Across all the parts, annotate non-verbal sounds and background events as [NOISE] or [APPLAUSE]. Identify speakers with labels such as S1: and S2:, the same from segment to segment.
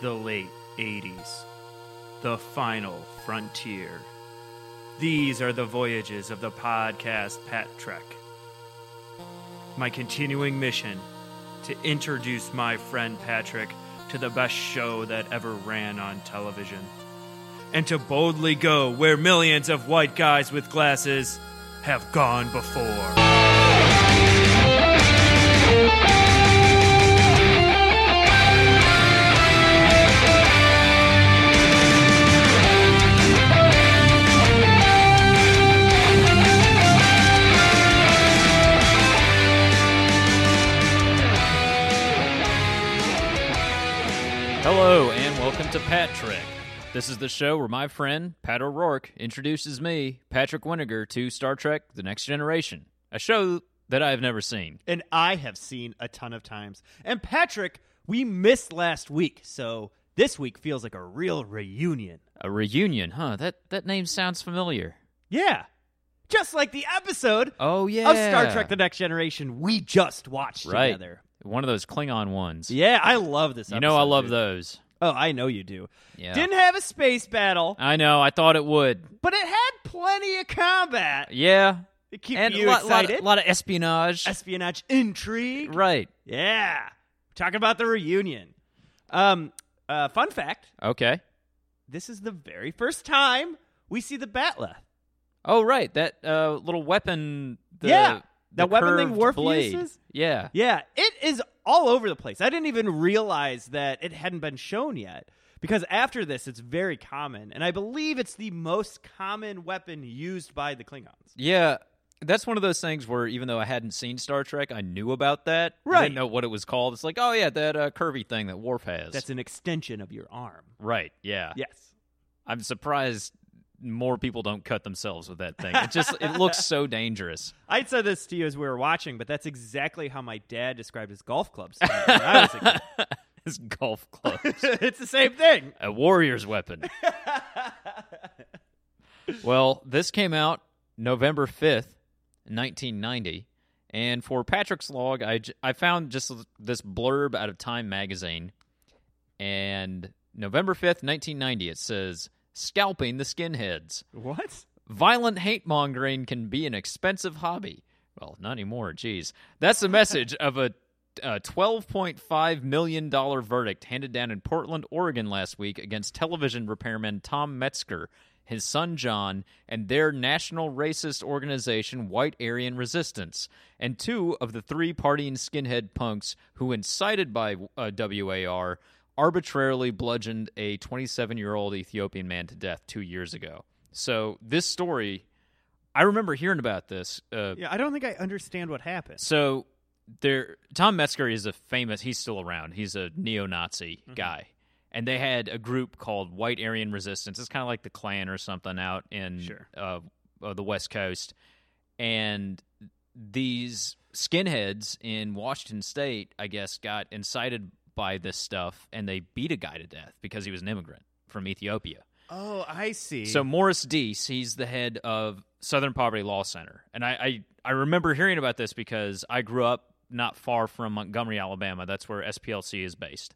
S1: the late 80s, the final frontier. These are the voyages of the podcast Pat Trek. My continuing mission to introduce my friend Patrick to the best show that ever ran on television, and to boldly go where millions of white guys with glasses have gone before.
S2: Hello, and welcome to Pat Trek. This is the show where my friend, Pat O'Rourke, introduces me, Patrick Winnegar, to Star Trek The Next Generation, a show that I have never seen.
S3: and I have seen a ton of times. And Patrick, we missed last week, so this week feels like a real reunion.
S2: A reunion, huh? That, that name sounds familiar.
S3: Yeah. Just like the episode
S2: Oh, yeah.
S3: of Star Trek The Next Generation we just watched
S2: Right.
S3: together.
S2: One of those Klingon ones.
S3: Yeah, I love this
S2: You know, I
S3: episode,
S2: love
S3: dude.
S2: those.
S3: Oh, I know you do.
S2: Yeah.
S3: Didn't have a space battle,
S2: I know, I thought it would.
S3: but it had plenty of combat.
S2: Yeah.
S3: It keeps
S2: and
S3: you
S2: a lot, lot,
S3: excited.
S2: lot of espionage.
S3: Espionage intrigue.
S2: right.
S3: Yeah. Talking about the reunion. Um, uh, fun fact
S2: Okay.
S3: this is the very first time we see the Batla.
S2: Oh, right. That uh, little weapon. The,
S3: Yeah,
S2: the
S3: that weapon thing
S2: curved
S3: Worf
S2: blade.
S3: uses?
S2: Yeah.
S3: Yeah, it is all over the place. I didn't even realize that it hadn't been shown yet because after this, it's very common, and I believe it's the most common weapon used by the Klingons.
S2: Yeah, that's one of those things where even though I hadn't seen Star Trek, I knew about that. I
S3: Right.
S2: didn't know what it was called. It's like, oh yeah, that uh, curvy thing that Worf has.
S3: That's an extension of your arm.
S2: right. Yeah.
S3: Yes.
S2: I'm surprised more people don't cut themselves with that thing. It just it looks so dangerous.
S3: I said this to you as we were watching, but that's exactly how my dad described his golf clubs when I was a kid.
S2: [LAUGHS] His golf club,
S3: [LAUGHS] it's the same thing.
S2: a warrior's weapon. well, this came out November 5th, 1990. And for Patrick's log, I, j- I found just this blurb out of Time magazine. And November 5th, 1990, it says Scalping the Skinheads.
S3: What?
S2: Violent hate mongering can be an expensive hobby. Well, not anymore. Geez. That's the message of a, a $12.5 million verdict handed down in Portland, Oregon last week against television repairman Tom Metzger, his son John, and their national racist organization, White Aryan Resistance, and two of the three partying skinhead punks who, incited by uh, WAR, arbitrarily bludgeoned a 27 year old Ethiopian man to death two years ago. So this story, I remember hearing about this. Uh,
S3: Yeah, I don't think I understand what happened.
S2: So there, Tom Metzger is a famous. He's still around. He's a neo-Nazi guy, and they had a group called White Aryan Resistance. It's kind of like the Klan or something out in
S3: Sure.
S2: uh, uh, the West Coast, and these skinheads in Washington State, I guess, got incited by this stuff, and they beat a guy to death because he was an immigrant from Ethiopia.
S3: Oh, I see.
S2: So Morris Deese, he's the head of Southern Poverty Law Center, and I, I I remember hearing about this because I grew up not far from Montgomery, Alabama. That's where SPLC is based.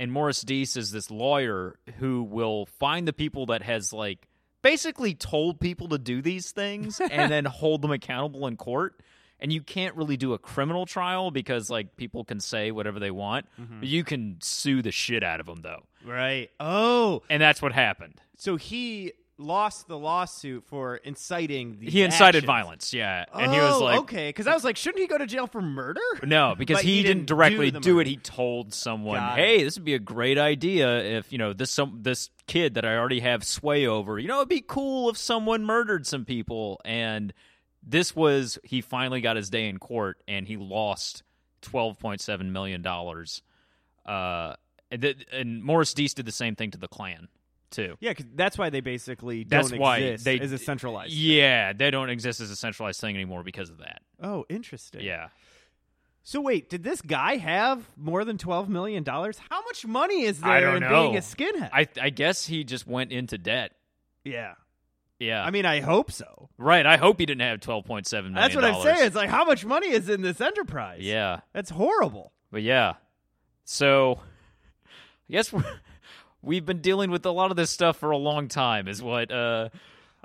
S2: And Morris Deese is this lawyer who will find the people that has like basically told people to do these things and then hold them accountable in court. And you can't really do a criminal trial because like people can say whatever they want. You can sue the shit out of them though.
S3: right. Oh,
S2: And that's what happened.
S3: so he lost the lawsuit for inciting the
S2: he incited
S3: actions.
S2: violence yeah
S3: Oh,
S2: and he was like
S3: okay because i was like shouldn't he go to jail for murder
S2: no because
S3: But
S2: he,
S3: he
S2: didn't,
S3: didn't
S2: directly
S3: do the
S2: do, it
S3: murder.
S2: he told someone
S3: Got it.
S2: hey this would be a great idea if you know this some this kid that i already have sway over you know it'd be cool if someone murdered some people and this was he finally got his day in court and he lost 12.7 million dollars uh and, th- and morris deese did the same thing to the klan too
S3: yeah because that's why they basically
S2: That's
S3: don't
S2: why
S3: exist
S2: they-
S3: as a centralized
S2: yeah they don't exist as a centralized thing anymore because of that
S3: oh interesting
S2: yeah
S3: so wait did this guy have more than 12 million dollars how much money is there
S2: I don't
S3: in
S2: know.
S3: being a skinhead
S2: I I guess he just went into debt.
S3: yeah
S2: Yeah,
S3: i mean i hope so
S2: right. I hope he didn't have twelve point seven million.
S3: that's what i'm saying it's like how much money is in this enterprise
S2: Yeah,
S3: that's horrible
S2: but yeah. So I guess we're, we've been dealing with a lot of this stuff for a long time, is what uh,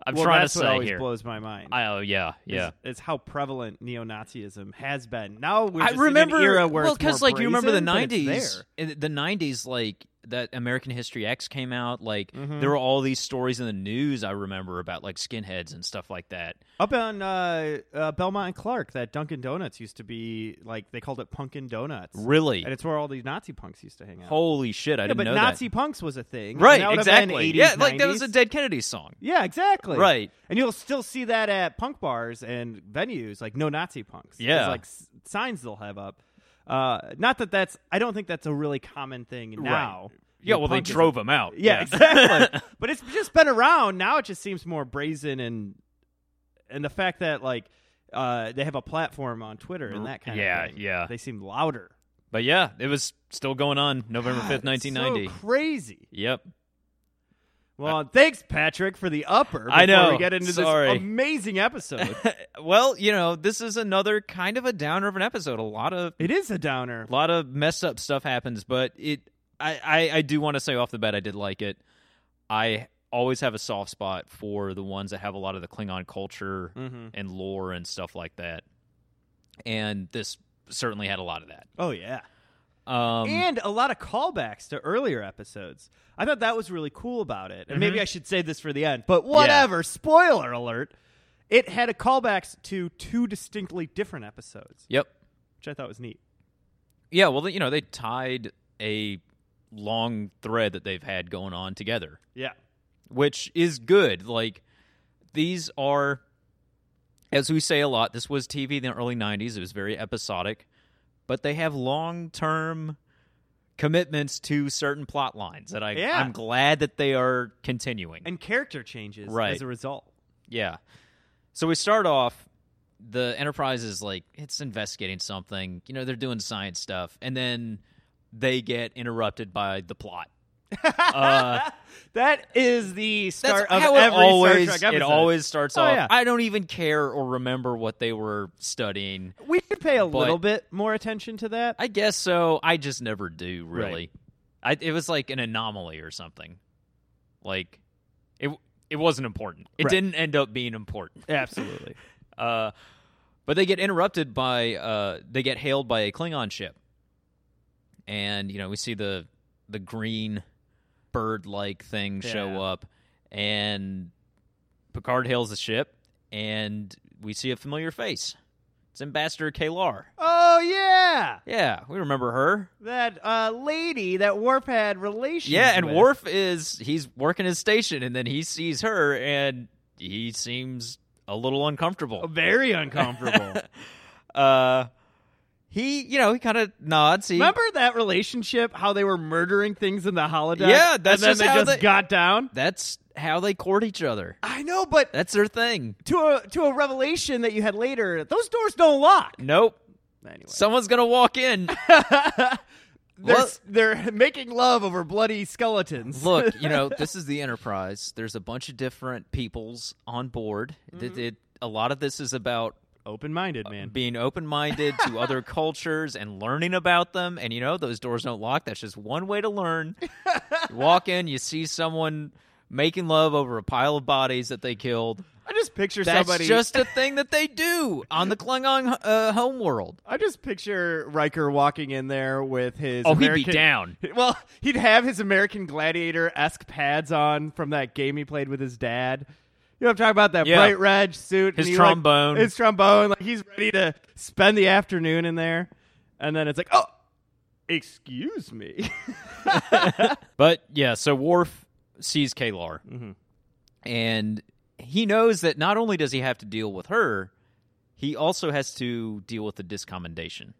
S2: I'm
S3: well,
S2: trying
S3: that's
S2: to
S3: what
S2: say
S3: always
S2: here.
S3: blows my mind.
S2: I, oh yeah, yeah.
S3: Is, is how prevalent neo-Nazism has been. Now we're
S2: I
S3: just
S2: remember
S3: in an era where
S2: well,
S3: because
S2: like you remember the
S3: '90s.
S2: '90s, in the '90s, like that American History X came out. Like
S3: Mhm.
S2: there were all these stories in the news I remember about like skinheads and stuff like that.
S3: Up on uh, uh, Belmont and Clark, that Dunkin' Donuts used to be like they called it Punkin' Donuts,
S2: Really?
S3: and it's where all these Nazi punks used to hang out.
S2: Holy shit! I
S3: yeah,
S2: didn't
S3: but
S2: know
S3: Nazi punks was a thing, and
S2: that.
S3: that
S2: Right?
S3: would have been
S2: Exactly.
S3: 80s,
S2: yeah, like that was a
S3: 90s.
S2: Dead Kennedy song.
S3: Yeah, exactly.
S2: Right.
S3: and you'll still see that at punk bars and venues, like no Nazi punks. There's,
S2: Yeah.
S3: like s- signs they'll have up. Uh, not that that's. I don't think that's a really common thing now.
S2: Yeah.
S3: No
S2: Well, they
S3: punk is a
S2: drove him out.
S3: Yeah, [LAUGHS]
S2: [LAUGHS]
S3: exactly. but it's just been around. Now it just seems more brazen and and the fact that like uh, they have a platform on Twitter and that kind
S2: Mm, Yeah,
S3: of thing.
S2: yeah.
S3: They seem louder.
S2: But yeah, it was still going on November
S3: God,
S2: fifth,
S3: [SIGHS] it's
S2: nineteen ninety.
S3: So crazy.
S2: Yep.
S3: Well, thanks, Patrick, for the upper.
S2: I
S3: before
S2: know.
S3: We get into
S2: Sorry.
S3: this amazing
S2: [LAUGHS]
S3: episode.
S2: well, you know, this is another kind of a downer of an episode. A lot of
S3: it is a downer.
S2: a lot of messed up stuff happens, but it I I, I do want to say off the bat I did like it. I always have a soft spot for the ones that have a lot of the Klingon culture
S3: Mm-hmm.
S2: and lore and stuff like that. And this certainly had a lot of that.
S3: Oh yeah.
S2: Um
S3: and a lot of callbacks to earlier episodes. I thought that was really cool about it. And maybe
S2: Mm-hmm.
S3: I should say this for the end, but whatever. Spoiler alert. It had a callbacks to two distinctly different episodes,
S2: Yep.
S3: which I thought was neat.
S2: Yeah, well, you know, they tied a long thread that they've had going on together.
S3: Yeah.
S2: which is good. Like these are, as we say a lot, this was TV in the early '90s. It was very episodic, but they have long-term commitments to certain plot lines that I,
S3: Yeah.
S2: I'm glad that they are continuing.
S3: And character changes
S2: Right.
S3: as a result.
S2: yeah. So we start off. The Enterprise is like it's investigating something. You know, they're doing science stuff, and then they get interrupted by the plot. uh,
S3: [LAUGHS] That is the start
S2: That's
S3: of
S2: how it
S3: every
S2: always,
S3: Star Trek episode.
S2: It always starts
S3: Oh,
S2: off.
S3: yeah.
S2: I don't even care or remember what they were studying.
S3: we should pay a
S2: but-
S3: little bit more attention to that.
S2: [LAUGHS] I guess so. I just never do really. I, it was like an anomaly or something. Like it. It wasn't important. It
S3: Right.
S2: didn't end up being important.
S3: Absolutely.
S2: Uh, but they get interrupted by. Uh, they get hailed by a Klingon ship, and you know we see the the green bird-like thing
S3: Yeah.
S2: show up, and Picard hails the ship, and we see a familiar face. It's Ambassador Kalar.
S3: Oh yeah.
S2: Yeah, we remember her.
S3: That uh, lady that Worf had relations
S2: Yeah, and
S3: with.
S2: Worf is he's working his station, and then he sees her, and he seems a little uncomfortable.
S3: very uncomfortable.
S2: Uh, he, you know, he kind of nods. He,
S3: Remember that relationship? How they were murdering things in the holodeck?
S2: Yeah, that's
S3: and then
S2: just
S3: they
S2: how
S3: just
S2: they-
S3: got down.
S2: That's how they court each other.
S3: I know, but
S2: That's their thing.
S3: to a to a revelation that you had later, those doors don't lock.
S2: Nope.
S3: Anyway,
S2: Someone's gonna
S3: [LAUGHS]
S2: walk in.
S3: they're
S2: Well-
S3: s- they're making love over bloody skeletons.
S2: Look, you know, this is the Enterprise. There's a bunch of different peoples on board.
S3: Mm-hmm.
S2: It- it- a lot of this is about
S3: open-minded man.
S2: being open-minded to
S3: [LAUGHS]
S2: other cultures and learning about them. And you know, those doors don't lock. That's just one way
S3: [LAUGHS]
S2: to learn. you walk in, you see someone making love over a pile of bodies that they killed.
S3: I just picture
S2: That's
S3: somebody.
S2: just a thing that they do on the Klingon uh, homeworld.
S3: I just picture Riker walking in there with his.
S2: Oh, he'd be
S3: American,
S2: down.
S3: [LAUGHS] Well, he'd have his American Gladiator esque pads on from that game he played with his dad. You know, what I'm talking about that
S2: Yeah.
S3: bright red suit,
S2: His
S3: and he, like-
S2: trombone.
S3: his trombone. Like he's ready to spend the afternoon in there, and then it's like, oh, excuse me. [LAUGHS]
S2: But yeah, so Worf sees Kalar, and he knows that not only does he have to deal with her, he also has to deal with the discommendation.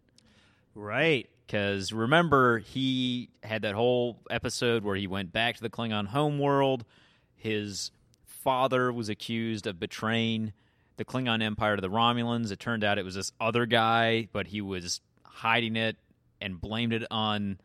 S3: right.
S2: Because remember, he had that whole episode where he went back to the Klingon homeworld. His father was accused of betraying the Klingon Empire to the Romulans. It turned out it was this other guy, but he was hiding it and blamed it on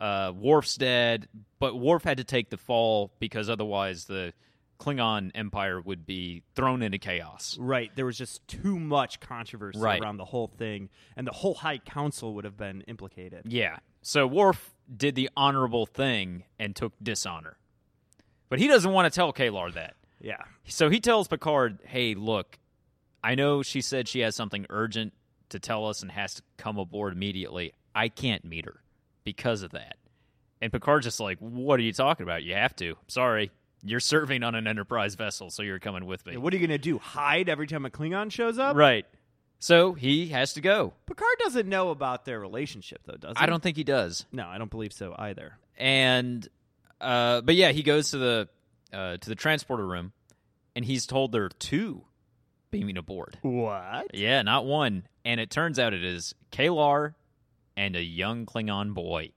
S2: uh, Worf's dad. But Worf had to take the fall because otherwise the Klingon Empire would be thrown into chaos.
S3: Right. There was just too much controversy
S2: Right.
S3: around the whole thing, and the whole High Council would have been implicated.
S2: Yeah. So Worf did the honorable thing and took dishonor. But he doesn't want to tell Kalar that.
S3: Yeah.
S2: So he tells Picard, hey, look, I know she said she has something urgent to tell us and has to come aboard immediately. I can't meet her because of that. And Picard's just like, what are you talking about? You have to. Sorry. You're serving on an Enterprise vessel, so you're coming with me.
S3: What are you going to do? Hide every time a Klingon shows up?
S2: Right. So he has to go.
S3: Picard doesn't know about their relationship, though, does he?
S2: I don't think he does.
S3: No, I don't believe so either.
S2: and uh, but yeah, he goes to the uh, to the transporter room, and he's told there are two beaming aboard.
S3: What?
S2: Yeah, not one. And it turns out it is Kalar and a young Klingon boy.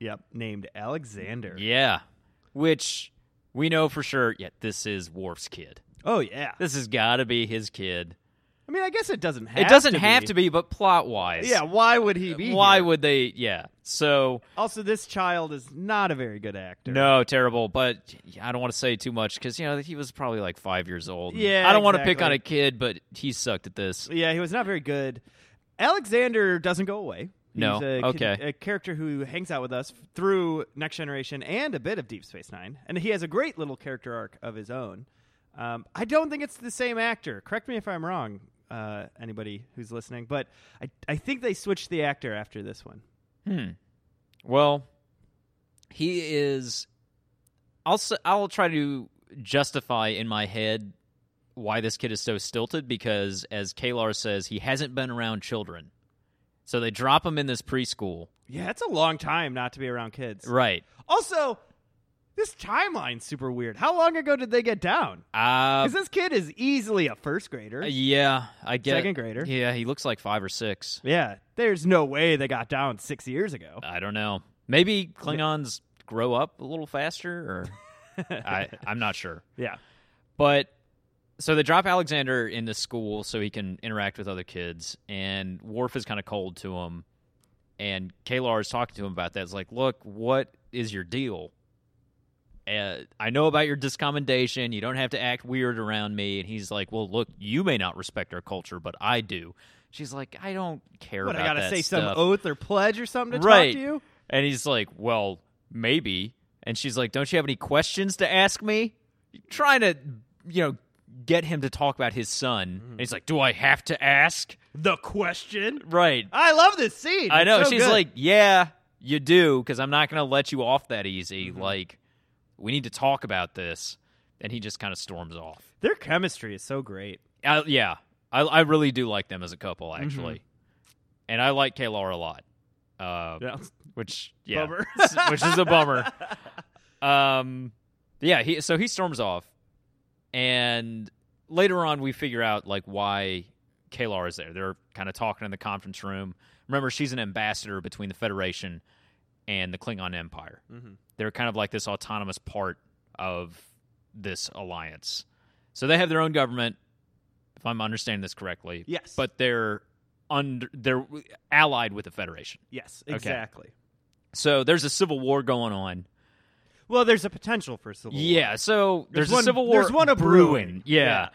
S3: Yep. Named Alexander.
S2: Yeah, which we know for sure. Yet this is Worf's kid.
S3: Oh, yeah.
S2: This has got to be his kid.
S3: I mean, I guess it doesn't have
S2: It doesn't have to be, but plot wise,
S3: Yeah, why would he be?
S2: Why
S3: here?
S2: would they? Yeah. So
S3: Also, this child is not a very good actor.
S2: No, terrible. But I don't want to say too much because you know he was probably like five years old.
S3: Yeah,
S2: I don't want to pick
S3: exactly.
S2: on a kid, but he sucked at this.
S3: Yeah, he was not very good. Alexander doesn't go away. He's
S2: No,
S3: a, kid-
S2: okay.
S3: a character who hangs out with us through Next Generation and a bit of Deep Space Nine, and he has a great little character arc of his own. Um, I don't think it's the same actor. Correct me if I'm wrong, uh, anybody who's listening, but I, I think they switched the actor after this one.
S2: Well, he is. I'll s- I'll try to justify in my head why this kid is so stilted because, as Kalar says, he hasn't been around children, so they drop him in this preschool.
S3: Yeah, it's a long time not to be around kids.
S2: Right.
S3: Also, this timeline's super weird. How long ago did they get down?
S2: Uh,
S3: Because this kid is easily a first grader.
S2: yeah, I get
S3: Second
S2: it.
S3: grader.
S2: Yeah, he looks like five or six.
S3: Yeah, there's no way they got down six years ago.
S2: I don't know. Maybe Klingons grow up a little faster,
S3: [LAUGHS]
S2: or I, I'm not sure.
S3: Yeah.
S2: But so they drop Alexander in the school so he can interact with other kids, and Worf is kind of cold to him. And Kalar is talking to him about that. It's like, look, what is your deal? Uh, I know about your discommendation. You don't have to act weird around me. And he's like, well, look, you may not respect our culture, but I do. She's like, I don't care
S3: What, I
S2: about
S3: gotta
S2: that
S3: say some
S2: stuff."
S3: oath or pledge or something to
S2: right.
S3: talk to you?
S2: And he's like, Well, maybe. And she's like, Don't you have any questions to ask me? Trying to, you know, get him to talk about his son.
S3: Mm.
S2: And he's like, Do I have to ask?
S3: The question?
S2: Right.
S3: I love this scene.
S2: I
S3: It's
S2: know.
S3: so
S2: She's
S3: good.
S2: like, Yeah, you do, because I'm not going to let you off that easy.
S3: Mm-hmm.
S2: Like, we need to talk about this. And he just kind of storms off.
S3: their chemistry is so great.
S2: I, yeah, I, I really do like them as a couple,
S3: Mm-hmm.
S2: actually. And I like Kalar a lot. Uh,
S3: [LAUGHS]
S2: which yeah,
S3: Bummer.
S2: [LAUGHS] which is a bummer. Um, yeah, he so he storms off, and later on we figure out like why Kalar is there. They're kind of talking in the conference room. Remember, she's an ambassador between the Federation and the Klingon Empire. They're kind of like this autonomous part of this alliance. So they have their own government, if I'm understanding this correctly.
S3: Yes.
S2: but they're under they're allied with the Federation.
S3: Yes,
S2: Okay.
S3: exactly.
S2: So there's a civil war going on.
S3: Well, there's a potential for civil war.
S2: Yeah, so
S3: There's
S2: there's,
S3: one-
S2: a civil war.
S3: there's one a brewing.
S2: Yeah.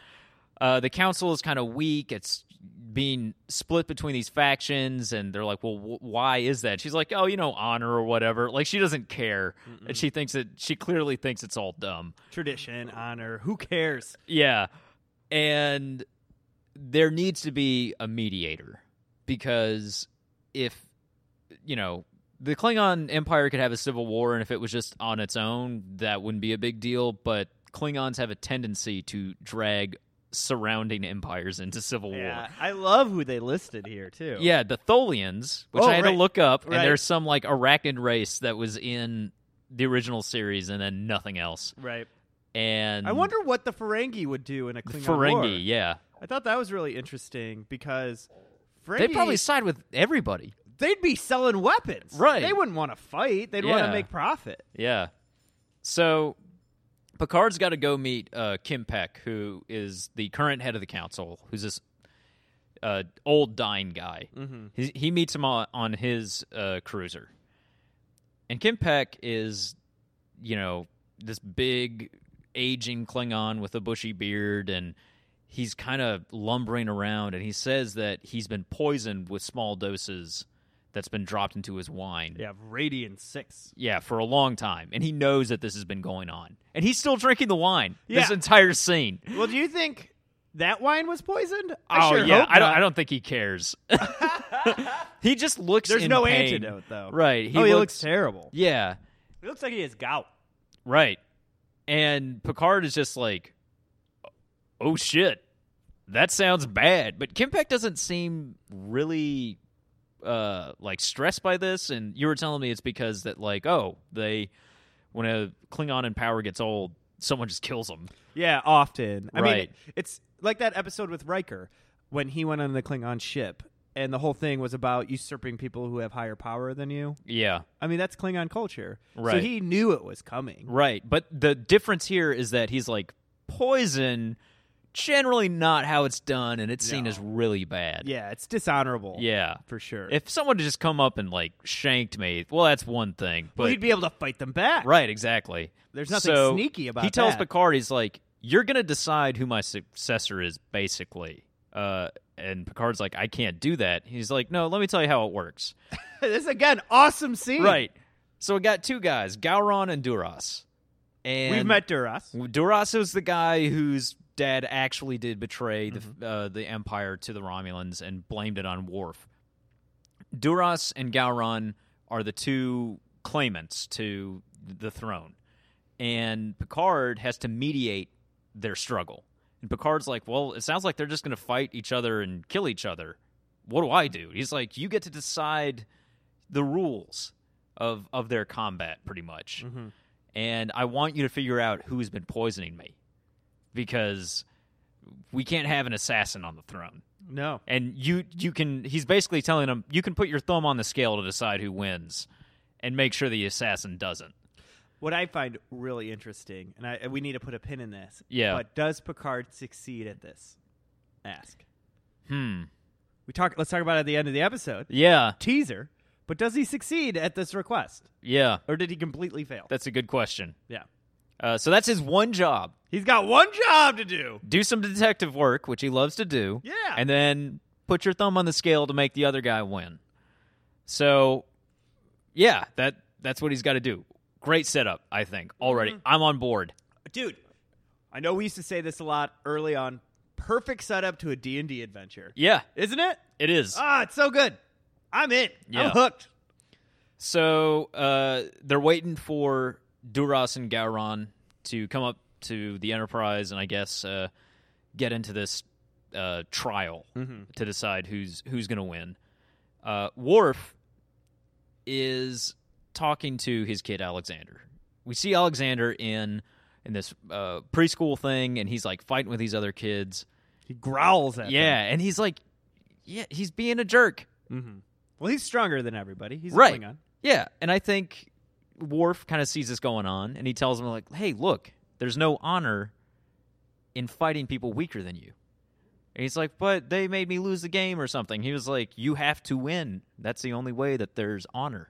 S2: Uh, the council is kind of weak. It's being split between these factions, and they're like, "Well, wh- why is that?" She's like, "Oh, you know, honor or whatever." Like she doesn't care, and
S3: Mm.
S2: she thinks that she clearly thinks it's all dumb.
S3: Tradition, honor, who cares?
S2: Yeah. And there needs to be a mediator because if, you know, the Klingon Empire could have a civil war, and if it was just on its own, that wouldn't be a big deal. But Klingons have a tendency to drag surrounding empires into civil
S3: Yeah.
S2: war.
S3: I love who they listed here too.
S2: Yeah, the Tholians, which
S3: Oh,
S2: I had
S3: right.
S2: to look up,
S3: Right.
S2: and there's some like Arachnid race that was in the original series and then nothing else.
S3: Right.
S2: And
S3: I wonder what the Ferengi would do in a Klingon war.
S2: Mm. Ferengi, yeah.
S3: I thought that was really interesting because Ferengi
S2: They probably side with everybody.
S3: they'd be selling weapons.
S2: Right.
S3: They wouldn't want to fight. They'd want to
S2: Yeah.
S3: make profit.
S2: Yeah. So Picard's got to go meet uh, Kim Peck, who is the current head of the council, who's this uh, old dying guy. Mm-hmm. He, he meets him on, on his uh, cruiser. And Kim Peck is, you know, this big aging Klingon with a bushy beard and he's kind of lumbering around and he says that he's been poisoned with small doses that's been dropped into his wine.
S3: Yeah, Radian Six.
S2: Yeah, for a long time. And he knows that this has been going on. And he's still drinking the wine this
S3: Yeah.
S2: entire scene.
S3: Well, do you think that wine was poisoned?
S2: oh
S3: I sure
S2: yeah,
S3: hope
S2: I don't.
S3: not.
S2: I don't think he
S3: [LAUGHS]
S2: cares. [LAUGHS] he just looks.
S3: There's
S2: in
S3: no
S2: pain.
S3: antidote though.
S2: Right.
S3: oh, he looks terrible.
S2: Yeah.
S3: He looks like he has gout.
S2: Right. And Picard is just like, oh shit, that sounds bad. But Kimbeck doesn't seem really uh like stressed by this. And you were telling me it's because that like oh they when a Klingon in power gets old, someone just kills him.
S3: Yeah, often. I mean,
S2: Right.
S3: it's like that episode with Riker when he went on the Klingon ship, and the whole thing was about usurping people who have higher power than you.
S2: Yeah.
S3: I mean, that's Klingon culture. So
S2: Right.
S3: he knew it was coming.
S2: Right. But the difference here is that he's like poison. Generally, not how it's done, and it's seen
S3: No.
S2: as really bad.
S3: Yeah, it's dishonorable.
S2: Yeah.
S3: for sure.
S2: If someone had just come up and like shanked me, well, that's one thing. But
S3: well, he'd be able to fight them back.
S2: right, exactly.
S3: There's nothing
S2: So,
S3: sneaky about
S2: He tells
S3: that.
S2: Picard, he's like, "You're gonna decide who my successor is, basically." Uh, and Picard's like, "I can't do that." He's like, "No, let me tell you how it works."
S3: [LAUGHS] this again, awesome scene.
S2: right. So we got two guys, Gowron and Duras. And
S3: We've met Duras.
S2: Durasso's the guy whose dad actually did betray the uh, the Empire to the Romulans and blamed it on Worf. Duras and Gowron are the two claimants to the throne, and Picard has to mediate their struggle. And Picard's like, "Well, it sounds like they're just going to fight each other and kill each other. What do I do?" He's like, "You get to decide the rules of of their combat, pretty much." and I want you to figure out who's been poisoning me because we can't have an assassin on the throne.
S3: No.
S2: And you you can he's basically telling him you can put your thumb on the scale to decide who wins and make sure the assassin doesn't.
S3: What I find really interesting, and I, and we need to put a pin in this.
S2: Yeah.
S3: But does Picard succeed at this? Ask.
S2: Hmm.
S3: We talk. Let's talk about it at the end of the episode.
S2: Yeah.
S3: Teaser. But does he succeed at this request,
S2: Yeah.
S3: or did he completely fail?
S2: That's a good question.
S3: yeah.
S2: Uh, so that's his one job.
S3: He's got one job to do.
S2: Do some detective work, which he loves to do.
S3: Yeah.
S2: And then put your thumb on the scale to make the other guy win. So, yeah, that that's what he's got to do. Great setup, I think. Already, I'm on board.
S3: dude. I know we used to say this a lot early on. Perfect setup to a D and D adventure,
S2: Yeah,
S3: isn't it?
S2: it is.
S3: Ah, it's so good. I'm in.
S2: Yeah.
S3: I'm hooked.
S2: So uh, they're waiting for Duras and Gowron to come up to the Enterprise and I guess uh, get into this uh, trial to decide who's who's going to win. Uh, Worf is talking to his kid Alexander. We see Alexander in in this uh, preschool thing, and he's like fighting with these other kids.
S3: He growls at
S2: Yeah, and he's like, yeah, he's being a jerk.
S3: Mm-hmm. Well, he's stronger than everybody. He's a
S2: Right.
S3: Klingon.
S2: Yeah, and I think Worf kind of sees this going on, and he tells him like, "Hey, look, there's no honor in fighting people weaker than you." And he's like, "But they made me lose the game or something." He was like, "You have to win. That's the only way that there's honor."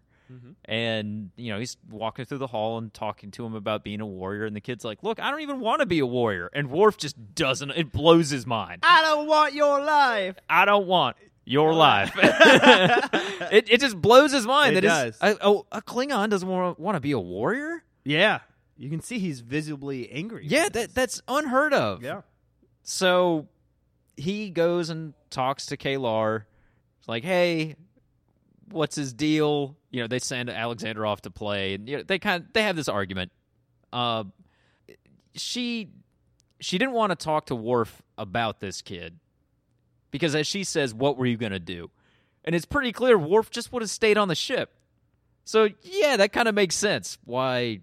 S2: And you know, he's walking through the hall and talking to him about being a warrior, and the kid's like, "Look, I don't even want to be a warrior." And Worf just doesn't. It blows his mind.
S3: I don't want your life.
S2: I don't want your life. [LAUGHS] it, it just blows his mind
S3: It
S2: that his-
S3: does.
S2: a, oh, a Klingon doesn't want, want to be a warrior.
S3: Yeah. You can see he's visibly angry.
S2: Yeah, that that's unheard of.
S3: Yeah.
S2: So he goes and talks to Kalar. It's like, hey, what's his deal? You know, they send Alexander off to play, and you know, they kind of, they have this argument. Uh, she she didn't want to talk to Worf about this kid because, as she says, what were you gonna do? And it's pretty clear Worf just would have stayed on the ship. So yeah, that kind of makes sense. Why,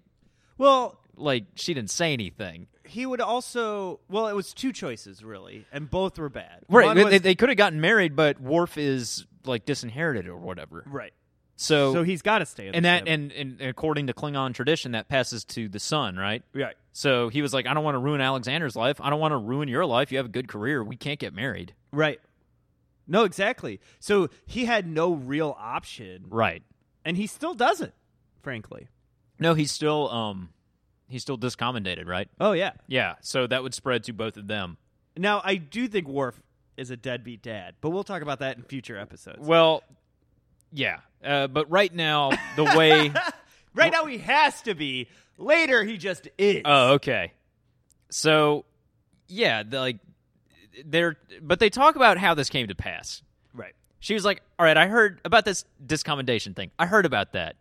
S3: Well,
S2: like, she didn't say anything.
S3: he would also. Well, it was two choices, really, and both were bad.
S2: Right.
S3: One
S2: They,
S3: was-
S2: they- they could have gotten married, but Worf is like disinherited or whatever.
S3: right.
S2: So,
S3: So he's got to stay in
S2: and
S3: the
S2: that
S3: ship.
S2: and, and according to Klingon tradition, that passes to the son, right?
S3: Right.
S2: So he was like, I don't want to ruin Alexander's life. I don't want to ruin your life. You have a good career. We can't get married.
S3: Right. No, exactly. So he had no real option,
S2: Right.
S3: and he still doesn't, frankly.
S2: No, he's still um he's still discommendated, right?
S3: Oh, yeah.
S2: Yeah. So that would spread to both of them.
S3: Now, I do think Worf is a deadbeat dad, but we'll talk about that in future episodes.
S2: Well, yeah. Uh, but right now, the [LAUGHS] way.
S3: Right now he has to be. Later he just is.
S2: oh, okay. So, yeah, the, like they're but they talk about how this came to pass.
S3: right.
S2: She was like, "All right, I heard about this discommendation thing. I heard about that,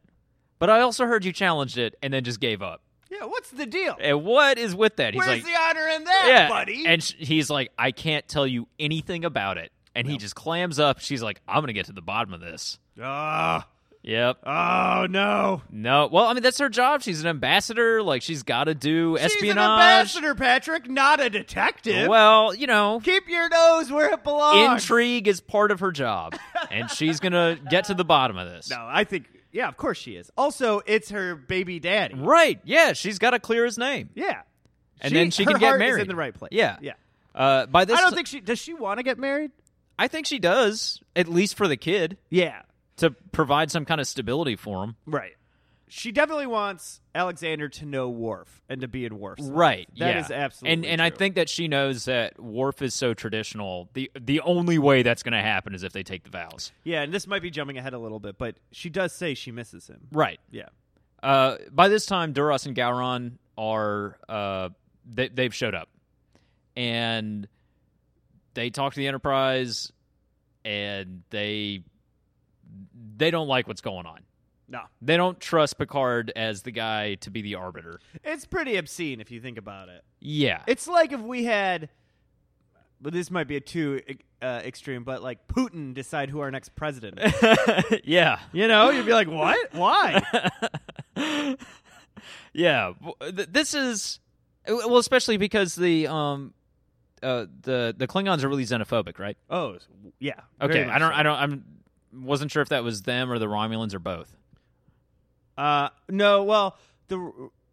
S2: but I also heard you challenged it and then just gave up.
S3: Yeah, what's the deal?
S2: And what is with that?" He's
S3: Where's
S2: like,
S3: the honor in that,
S2: yeah.
S3: buddy?
S2: And sh- he's like, I can't tell you anything about it. And he just clams up. She's like, I'm going to get to the bottom of this.
S3: Ah,
S2: Yep.
S3: oh no.
S2: No. Well, I mean, that's her job. She's an ambassador. Like, she's got to do
S3: She's an
S2: espionage.
S3: ambassador, Patrick, not a detective.
S2: Well, you know,
S3: Keep your nose where it belongs.
S2: intrigue is part of her job. and she's going to get to the bottom of this.
S3: no, I think yeah, of course she is. Also, it's her baby daddy.
S2: Right. Yeah. She's got to clear his name.
S3: Yeah.
S2: And then she
S3: her
S2: can get
S3: heart
S2: married.
S3: is in the right place.
S2: Yeah.
S3: Yeah.
S2: Uh, by this,
S3: I don't think she does she want to get married?
S2: I think she does, at least for the kid,
S3: Yeah.
S2: to provide some kind of stability for him.
S3: Right. She definitely wants Alexander to know Worf and to be in Worf's life.
S2: Right.
S3: That
S2: yeah.
S3: is absolutely
S2: And and I
S3: true.
S2: think that she knows that Worf is so traditional. The the only way that's going to happen is if they take the vows.
S3: Yeah, and this might be jumping ahead a little bit, but she does say she misses him.
S2: Right.
S3: Yeah.
S2: Uh, by this time, Duras and Gowron are uh, they they've showed up, and they talk to the Enterprise, and they they don't like what's going on.
S3: No.
S2: They don't trust Picard as the guy to be the arbiter.
S3: It's pretty obscene if you think about it.
S2: Yeah.
S3: It's like if we had but this might be a too uh, extreme, but like Putin decide who our next president
S2: [LAUGHS]
S3: is.
S2: [LAUGHS] yeah.
S3: you know, you'd be like, "What? Why?"
S2: yeah, w- th- this is well, especially because the um, uh, the the Klingons are really xenophobic, right?
S3: oh, s- yeah.
S2: Okay,
S3: very much
S2: I don't,
S3: so.
S2: I don't, I'm wasn't sure if that was them or the Romulans or both.
S3: Uh, no, well, the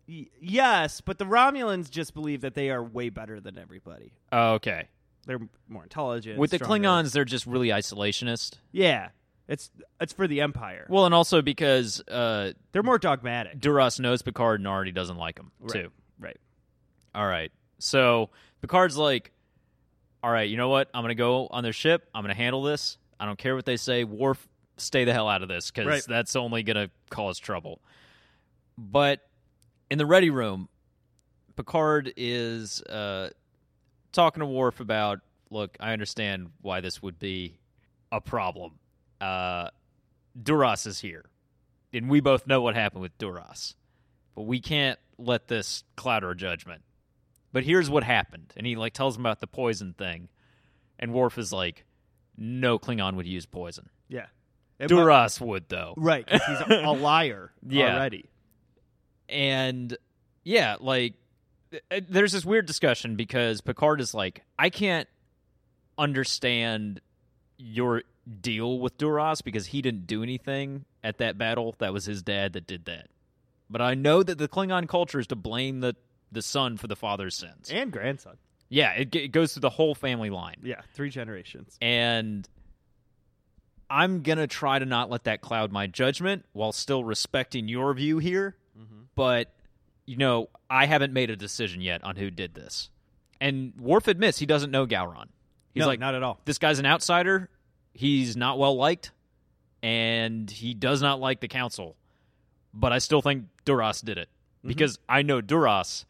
S3: y- yes, but the Romulans just believe that they are way better than everybody.
S2: Oh, okay,
S3: They're m- more intelligent.
S2: with the
S3: stronger.
S2: Klingons, they're just really isolationist.
S3: yeah, it's it's for the Empire.
S2: Well, and also because uh,
S3: They're more dogmatic.
S2: Duras knows Picard and already doesn't like him too.
S3: Right.
S2: All right, so Picard's like, all right, you know what? I'm gonna go on their ship. I'm gonna handle this. I don't care what they say. Worf, stay the hell out of this because
S3: Right.
S2: that's only gonna cause trouble. But in the ready room, Picard is uh, talking to Worf about, look, I understand why this would be a problem. Uh, Duras is here, and we both know what happened with Duras, but we can't let this cloud our judgment. But here's what happened, and he like tells him about the poison thing, and Worf is like, no Klingon would use poison.
S3: Yeah. It mu-
S2: Duras would though,
S3: Right. 'cause He's a, a liar
S2: [LAUGHS] Yeah.
S3: already.
S2: and yeah, like th- uh, there's this weird discussion because Picard is like, I can't understand your deal with Duras because he didn't do anything at that battle. That was his dad that did that. But I know that the Klingon culture is to blame the the son for the father's sins.
S3: And grandson.
S2: yeah, it, g- it goes through the whole family line,
S3: Yeah. Three generations.
S2: and I'm gonna try to not let that cloud my judgment while still respecting your view here
S3: Mm-hmm.
S2: but you know, I haven't made a decision yet on who did this. And Worf admits he doesn't know Gowron. He's
S3: no,
S2: like,
S3: not at all.
S2: this guy's an outsider. He's not well liked, and he does not like the council. But I still think Duras did it
S3: Mm-hmm.
S2: because I know Duras,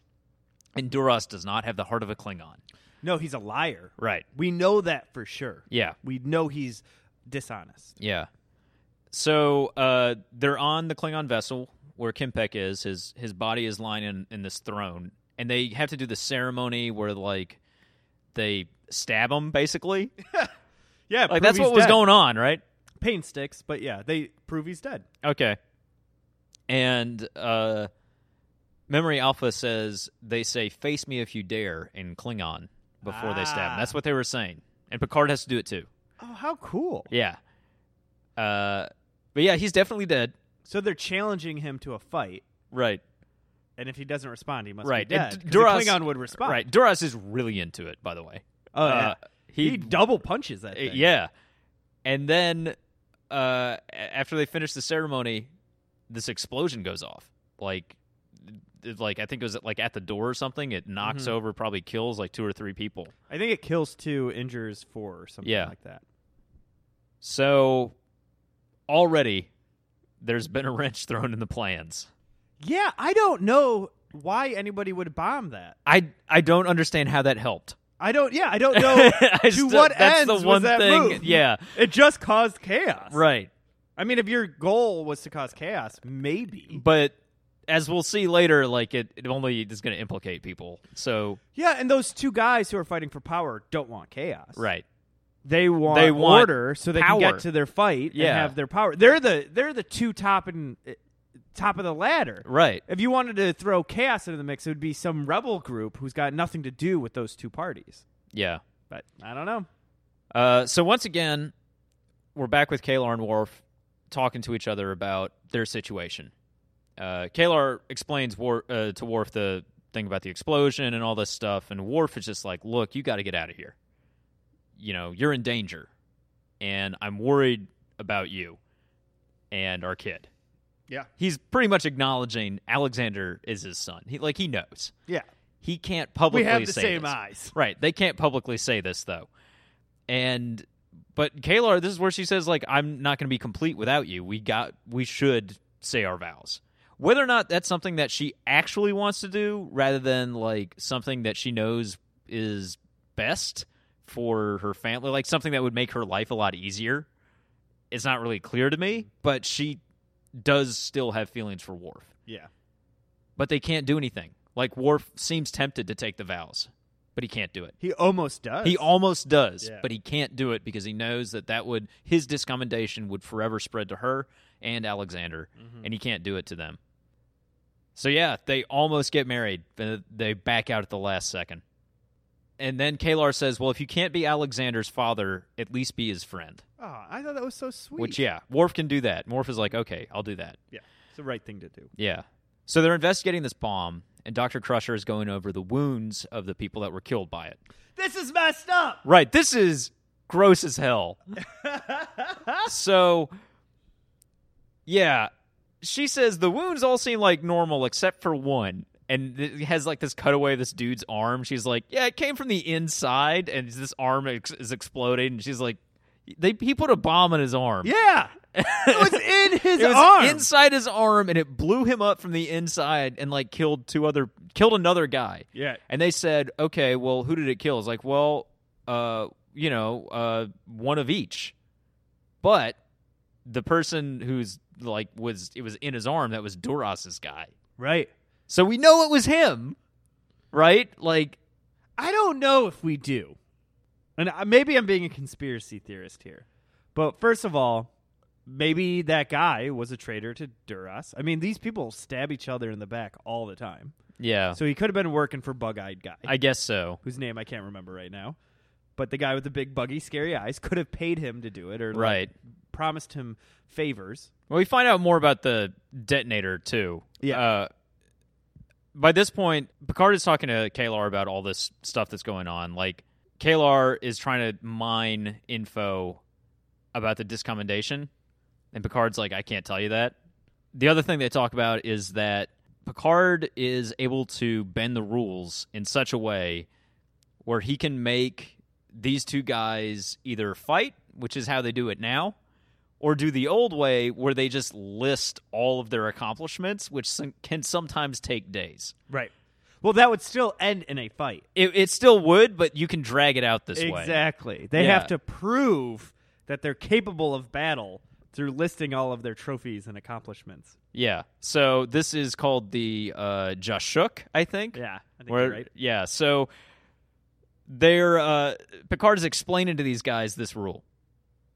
S2: and Duras does not have the heart of a Klingon.
S3: No, he's a liar.
S2: Right.
S3: We know that for sure.
S2: Yeah.
S3: We know he's dishonest.
S2: Yeah. So uh, they're on the Klingon vessel where Kimpek is. His his body is lying in, in this throne, and they have to do the ceremony where like they stab him basically.
S3: Yeah.
S2: Like that's what was going on, right?
S3: Pain sticks, but yeah, they prove he's dead.
S2: Okay. And uh, Memory Alpha says they say "face me if you dare" in Klingon before they stab
S3: Ah.
S2: him. That's what they were saying, and Picard has to do it too.
S3: Oh, how cool.
S2: Yeah. Uh, but yeah, he's definitely dead.
S3: So they're challenging him to a fight,
S2: Right.
S3: and if he doesn't respond, he must
S2: right.
S3: be dead.
S2: And
S3: 'cause the
S2: Duras-
S3: Klingon would respond.
S2: Right. Duras is really into it, by the way.
S3: Oh, yeah.
S2: Uh,
S3: he,
S2: he,
S3: double punches that
S2: uh,
S3: thing.
S2: yeah. And then uh, a- after they finish the ceremony, this explosion goes off. Like, it- like I think it was like at the door or something. It knocks
S3: Mm-hmm.
S2: over, probably kills like two or three people.
S3: I think it kills two, injures four, or something
S2: Yeah.
S3: like that.
S2: So already there's been a wrench [LAUGHS] thrown in the plans.
S3: Yeah, I don't know why anybody would bomb that.
S2: I I don't understand how that helped.
S3: I don't. Yeah, I don't know
S2: [LAUGHS] I
S3: to
S2: still-
S3: what
S2: that's
S3: ends
S2: the
S3: was
S2: one
S3: that
S2: thing-
S3: move.
S2: yeah.
S3: it just caused chaos.
S2: Right.
S3: I mean, if your goal was to cause chaos, maybe.
S2: But as we'll see later, like it, it only is going to implicate people. So
S3: Yeah, and those two guys who are fighting for power don't want chaos.
S2: right.
S3: They want
S2: They want
S3: order so they can
S2: power.
S3: get to their fight
S2: Yeah.
S3: and have their power. They're the they're the two top and eh, top of the ladder.
S2: Right.
S3: If you wanted to throw chaos into the mix, it would be some rebel group who's got nothing to do with those two parties.
S2: Yeah.
S3: But I don't know.
S2: Uh, so once again, we're back with Kalar and Worf talking to each other about their situation. Uh, Kalar explains War- uh, to Worf the thing about the explosion and all this stuff, and Worf is just like, "Look, you got to get out of here. You know, you're in danger, and I'm worried about you and our kid."
S3: Yeah.
S2: He's pretty much acknowledging Alexander is his son. He like he knows
S3: Yeah.
S2: he can't publicly.
S3: we have the
S2: say
S3: same
S2: this.
S3: eyes.
S2: Right. They can't publicly say this though. And but Kalar, this is where she says, like, I'm not gonna be complete without you. We got we should say our vows. Whether or not that's something that she actually wants to do rather than like something that she knows is best for her family, like something that would make her life a lot easier. It's not really clear to me, but she does still have feelings for Worf
S3: Yeah.
S2: but they can't do anything. Like Worf seems tempted to take the vows, but he can't do it.
S3: He almost does.
S2: He almost does,
S3: Yeah.
S2: but he can't do it because he knows that that would his discommendation would forever spread to her and Alexander,
S3: Mm-hmm.
S2: and he can't do it to them. So yeah, they almost get married, but they back out at the last second. And then Kalar says, "Well, if you can't be Alexander's father, at least be his friend."
S3: Oh, I thought that was so sweet.
S2: Which yeah, Worf can do that. Worf is like, "Okay, I'll do that."
S3: Yeah. It's the right thing to do.
S2: Yeah. So they're investigating this bomb, and Dr. Crusher is going over the wounds of the people that were killed by it.
S3: This is messed up. [LAUGHS]
S2: Right. This is gross as hell. so, yeah. She says the wounds all seem like normal except for one. And it has like this cutaway of this dude's arm. She's like, yeah, it came from the inside, and this arm ex- is exploding. And she's like, they, he put a bomb in his arm. [LAUGHS]
S3: Yeah. it was in his
S2: It was
S3: arm.
S2: inside his arm, and it blew him up from the inside, and like killed two other, killed another guy.
S3: Yeah.
S2: And they said, okay, well, who did it kill? It's like, well, uh, you know, uh, one of each. But the person who's like was it was in his arm that was Duras's guy,
S3: Right.
S2: so we know it was him, right? Like,
S3: I don't know if we do. And I- maybe I'm being a conspiracy theorist here. But first of all, maybe that guy was a traitor to Duras. I mean, these people stab each other in the back all the time.
S2: yeah,
S3: So he could have been working for Bug Eyed Guy,
S2: I guess so.
S3: whose name I can't remember right now. But the guy with the big, buggy, scary eyes could have paid him to do it or like,
S2: Right.
S3: promised him favors.
S2: Well, we find out more about the detonator too.
S3: Yeah.
S2: Uh, by this point, Picard is talking to Kalar about all this stuff that's going on. Like, Kalar is trying to mine info about the discommendation, and Picard's like, "I can't tell you that." The other thing they talk about is that Picard is able to bend the rules in such a way where he can make these two guys either fight, which is how they do it now, or do the old way where they just list all of their accomplishments, which some, can sometimes take days.
S3: Right. Well, that would still end in a fight.
S2: It, it still would, but you can drag it out this way.
S3: Exactly. They
S2: Yeah.
S3: have to prove that they're capable of battle through listing all of their trophies and accomplishments.
S2: Yeah. So this is called the uh, Jashuk, I think.
S3: Yeah, I think
S2: Where-
S3: you're right.
S2: Yeah. So they're uh, Picard is explaining to these guys this rule.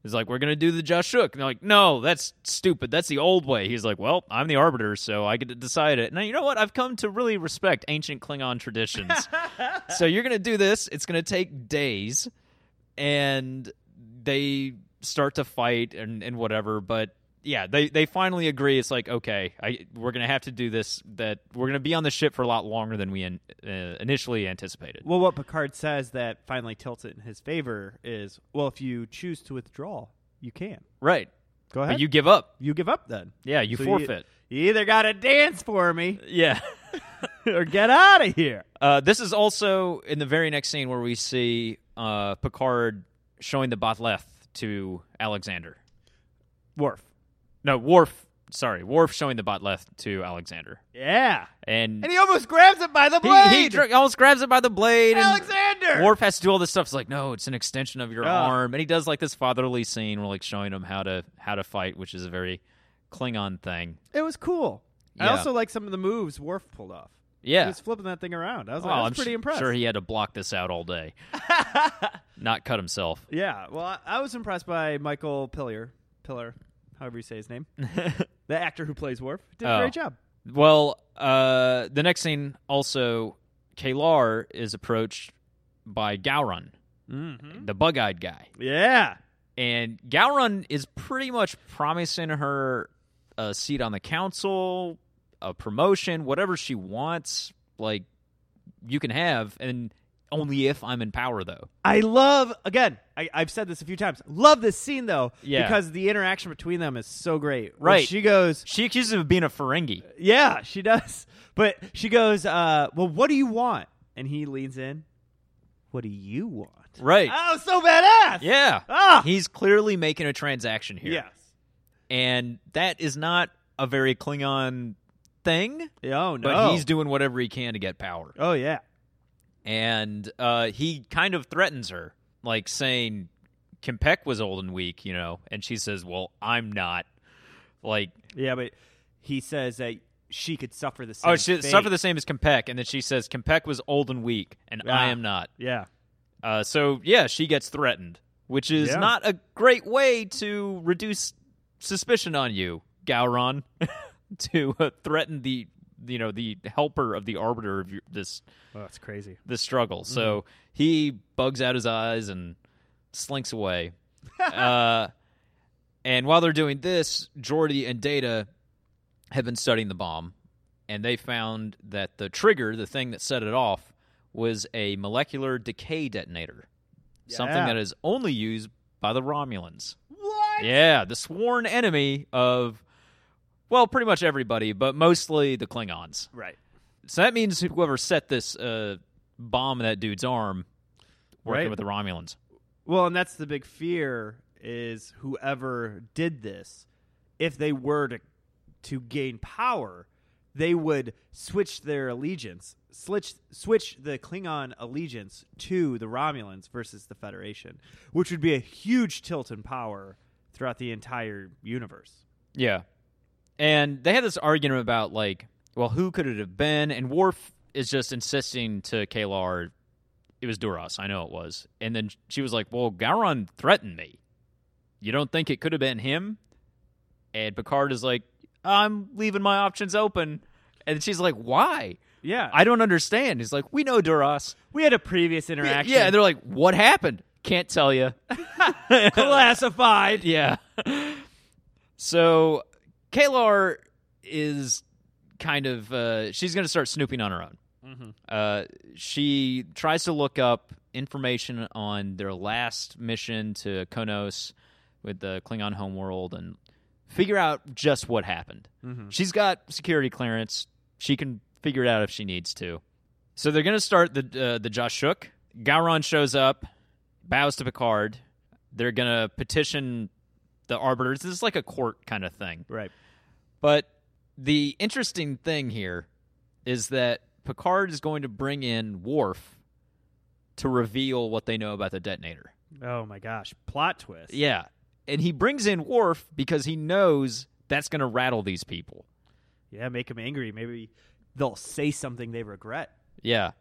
S2: He's like, "We're gonna do the Josh Shook," and they're like, "No, that's stupid. That's the old way." He's like, "Well, I'm the arbiter, so I get to decide it." Now you know what? I've come to really respect ancient
S3: [LAUGHS]
S2: Klingon traditions. so you're gonna do this. It's gonna take days, and they start to fight and, and whatever. But yeah, they they finally agree. It's like, okay, I we're gonna have to do this. That we're gonna be on the ship for a lot longer than we in, uh, initially anticipated.
S3: Well, what Picard says that finally tilts it in his favor is, well, if you choose to withdraw, you can.
S2: Right.
S3: Go
S2: But
S3: ahead.
S2: you give up.
S3: you give up then.
S2: Yeah, you
S3: So
S2: forfeit.
S3: You, you either got to dance for
S2: [LAUGHS]
S3: me
S2: Yeah.
S3: or get out of here.
S2: Uh, this is also in the very next scene where we see uh, Picard showing the Botleth to Alexander.
S3: Worf.
S2: No, Worf. Sorry, Worf showing the bot left to Alexander,
S3: Yeah.
S2: and
S3: And he almost grabs it by the
S2: he,
S3: blade.
S2: he dr- almost grabs it by the blade. and
S3: Alexander.
S2: Worf has to do all this stuff. It's like, no, it's an extension of your
S3: Yeah.
S2: arm, and he does like this fatherly scene where like showing him how to how to fight, which is a very Klingon thing.
S3: It was cool. I
S2: Yeah.
S3: also like some of the moves Worf pulled off. He
S2: Yeah,
S3: was flipping that thing around. I was
S2: Well,
S3: like, I was
S2: I'm
S3: pretty
S2: su-
S3: impressed.
S2: Sure, he had to block this out
S3: [LAUGHS]
S2: all day, not cut himself.
S3: yeah. Well, I, I was impressed by Michael Pillar, Pillar, however you say his
S2: [LAUGHS]
S3: name, the actor who plays Worf. Did a
S2: Oh.
S3: great job.
S2: Well, uh, the next scene also, Kalar is approached by Gowron,
S3: Mm-hmm.
S2: the bug-eyed guy,
S3: Yeah.
S2: and Gowron is pretty much promising her a seat on the council, a promotion, whatever she wants. Like you can have, and only if I'm in power, though.
S3: I love again. I, I've said this a few times. Love this scene though,
S2: Yeah.
S3: because the interaction between them is so great. When
S2: Right.
S3: She goes,
S2: She accuses him of being a Ferengi.
S3: yeah, she does. [LAUGHS] But she goes, uh, well, what do you want? And he leans in. What do you want?
S2: Right.
S3: Oh, so badass.
S2: Ah. Yeah.
S3: Ah.
S2: He's clearly making a transaction here.
S3: Yes.
S2: And that is not a very Klingon thing,
S3: Oh no.
S2: but he's doing whatever he can to get power.
S3: oh yeah.
S2: And uh, he kind of threatens her, like saying Kempek was old and weak, you know, and she says, Well, I'm not. Like,
S3: Yeah, but he says that she could suffer the same.
S2: oh, she
S3: fate.
S2: suffer the same as Kempek. And then she says, Kempek was old and weak, and I
S3: Ah.
S2: am not.
S3: Yeah.
S2: Uh, so, yeah, she gets threatened, which is
S3: Yeah.
S2: not a great way to reduce suspicion on you, Gowron, [LAUGHS] to uh, threaten the you know the helper of the arbiter of your, this
S3: Oh, that's crazy.
S2: this struggle. So
S3: Mm-hmm.
S2: he bugs out his eyes and
S3: [LAUGHS]
S2: slinks away. uh, and while they're doing this, Jordy and Data have been studying the bomb, and they found that the trigger, the thing that set it off, was a molecular decay detonator, something
S3: Yeah.
S2: that is only used by the Romulans.
S3: What?
S2: Yeah, the sworn enemy of. Well, pretty much everybody, but mostly the Klingons.
S3: Right.
S2: So that means whoever set this uh, bomb in that dude's arm working
S3: Right.
S2: with the Romulans.
S3: Well, and that's the big fear is whoever did this, if they were to to gain power, they would switch their allegiance, switch switch the Klingon allegiance to the Romulans versus the Federation, which would be a huge tilt in power throughout the entire universe.
S2: Yeah. And they had this argument about like, well, who could it have been? And Worf is just insisting to Kalar it was Duras, I know it was. And then she was like, Well, Gowron threatened me. You don't think it could have been him? And Picard is like, I'm leaving my options open. And she's like, Why?
S3: Yeah,
S2: I don't understand. He's like, We know Duras.
S3: we had a previous interaction.
S2: Yeah, they're like, what happened? Can't tell you.
S3: [LAUGHS] classified.
S2: [LAUGHS] yeah. So Kalar is kind of uh, she's going to start snooping on her own. Uh, she tries to look up information on their last mission to Konos with the Klingon homeworld and figure out just what happened. She's got security clearance. She can figure it out if she needs to. So they're going to start the uh, the Jashuk. Gowron shows up, bows to Picard. They're going to petition the arbiters. This is like a court kind of thing.
S3: Right.
S2: But the interesting thing here is that Picard is going to bring in Worf to reveal what they know about the detonator.
S3: Oh my gosh, plot twist.
S2: Yeah. And he brings in Worf because he knows that's going to rattle these people.
S3: yeah, make them angry. Maybe they'll say something they regret.
S2: Yeah.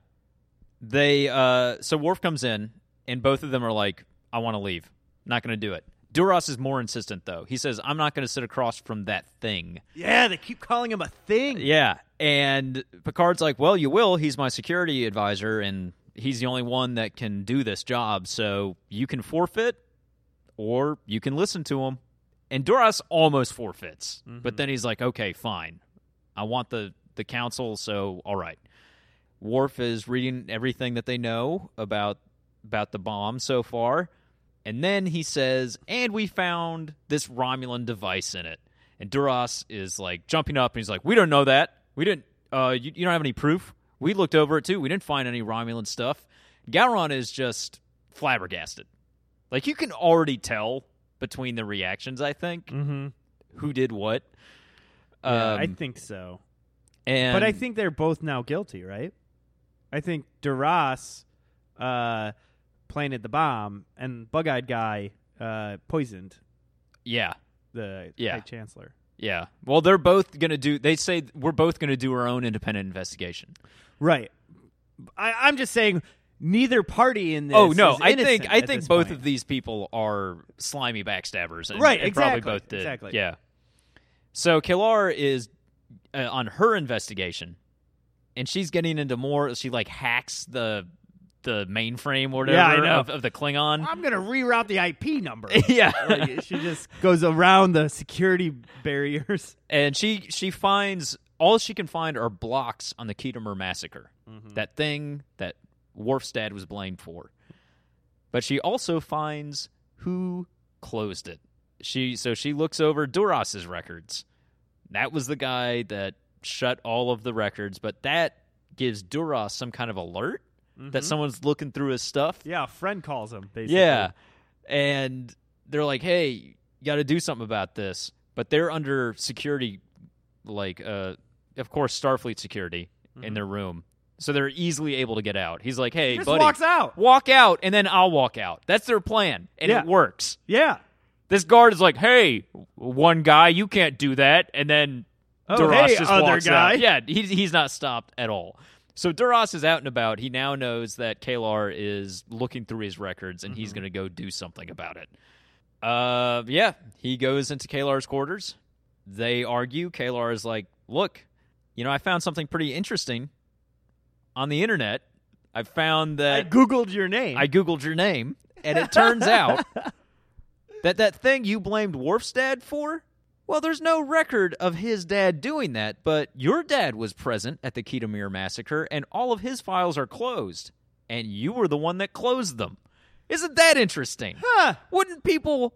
S2: They uh so Worf comes in and both of them are like, I want to leave. Not gonna do it. Duras is more insistent though. He says, I'm not gonna sit across from that thing.
S3: Yeah, they keep calling him a thing.
S2: Yeah. And Picard's like, Well, you will, he's my security advisor and he's the only one that can do this job, so you can forfeit or you can listen to him. And Duras almost forfeits. But then he's like, Okay, fine. I want the, the council, so all right. Worf is reading everything that they know about about the bomb so far, and then he says, "And we found this Romulan device in it." And Duras is like jumping up, and he's like, "We don't know that. We didn't. Uh, you, you don't have any proof. We looked over it too. We didn't find any Romulan stuff." Gowron is just flabbergasted. Like you can already tell between the reactions. I think
S3: Mm-hmm.
S2: who did what.
S3: Yeah, I
S2: Um,
S3: think so.
S2: and
S3: but I think they're both now guilty, right? I think Duras uh, planted the bomb, and Bug Eyed Guy uh, poisoned
S2: yeah,
S3: the
S2: Yeah.
S3: High Chancellor.
S2: yeah. Well, they're both gonna do. They say th- we're both gonna do our own independent investigation.
S3: Right. I, I'm just saying, neither party in this.
S2: oh no,
S3: is
S2: I
S3: innocent
S2: think I
S3: at
S2: think
S3: this
S2: both
S3: point.
S2: of these people are slimy backstabbers. And,
S3: Right,
S2: and
S3: exactly,
S2: Probably both did.
S3: exactly.
S2: Yeah. So Killar is uh, on her investigation, and she's getting into more. She like hacks the the mainframe or whatever
S3: Yeah, I know.
S2: Of, of the Klingon.
S3: I'm gonna reroute the IP number.
S2: [LAUGHS] yeah.
S3: like, she just goes around the security barriers.
S2: and she she finds all she can find are blocks on the Ketomer massacre, that thing that Worf's dad was blamed for. But she also finds who closed it. She so she looks over Duras's records. That was the guy that shut all of the records, but that gives Duras some kind of alert that someone's looking through his stuff.
S3: Mm-hmm. Yeah, a friend calls him. Basically.
S2: Yeah. And they're like, hey, you got to do something about this. But they're under security, like, uh, of course, Starfleet security in their room. So they're easily able to get out. He's like, hey,
S3: He Mm-hmm. just
S2: buddy,
S3: walks out.
S2: walk out, and then I'll walk out. That's their plan. And
S3: Yeah.
S2: it works.
S3: Yeah.
S2: This guard is like, hey, one guy, you can't do that. And then
S3: Oh,
S2: Duras
S3: hey,
S2: just
S3: other
S2: walks
S3: guy.
S2: out. Yeah, he's, he's not stopped at all. So Duras is out and about. He now knows that Kalar is looking through his records and
S3: Mm-hmm.
S2: he's going to go do something about it. Uh, yeah, he goes into Kalar's quarters. They argue. Kalar is like, look, you know, I found something pretty interesting on the internet. I found
S3: I
S2: that
S3: googled your name.
S2: I googled your name, and it turns out that that thing you blamed Worf's dad for. Well, there's no record of his dad doing that, but your dad was present at the Ketamir massacre, and all of his files are closed, and you were the one that closed them. Isn't that interesting?
S3: Huh,
S2: Wouldn't people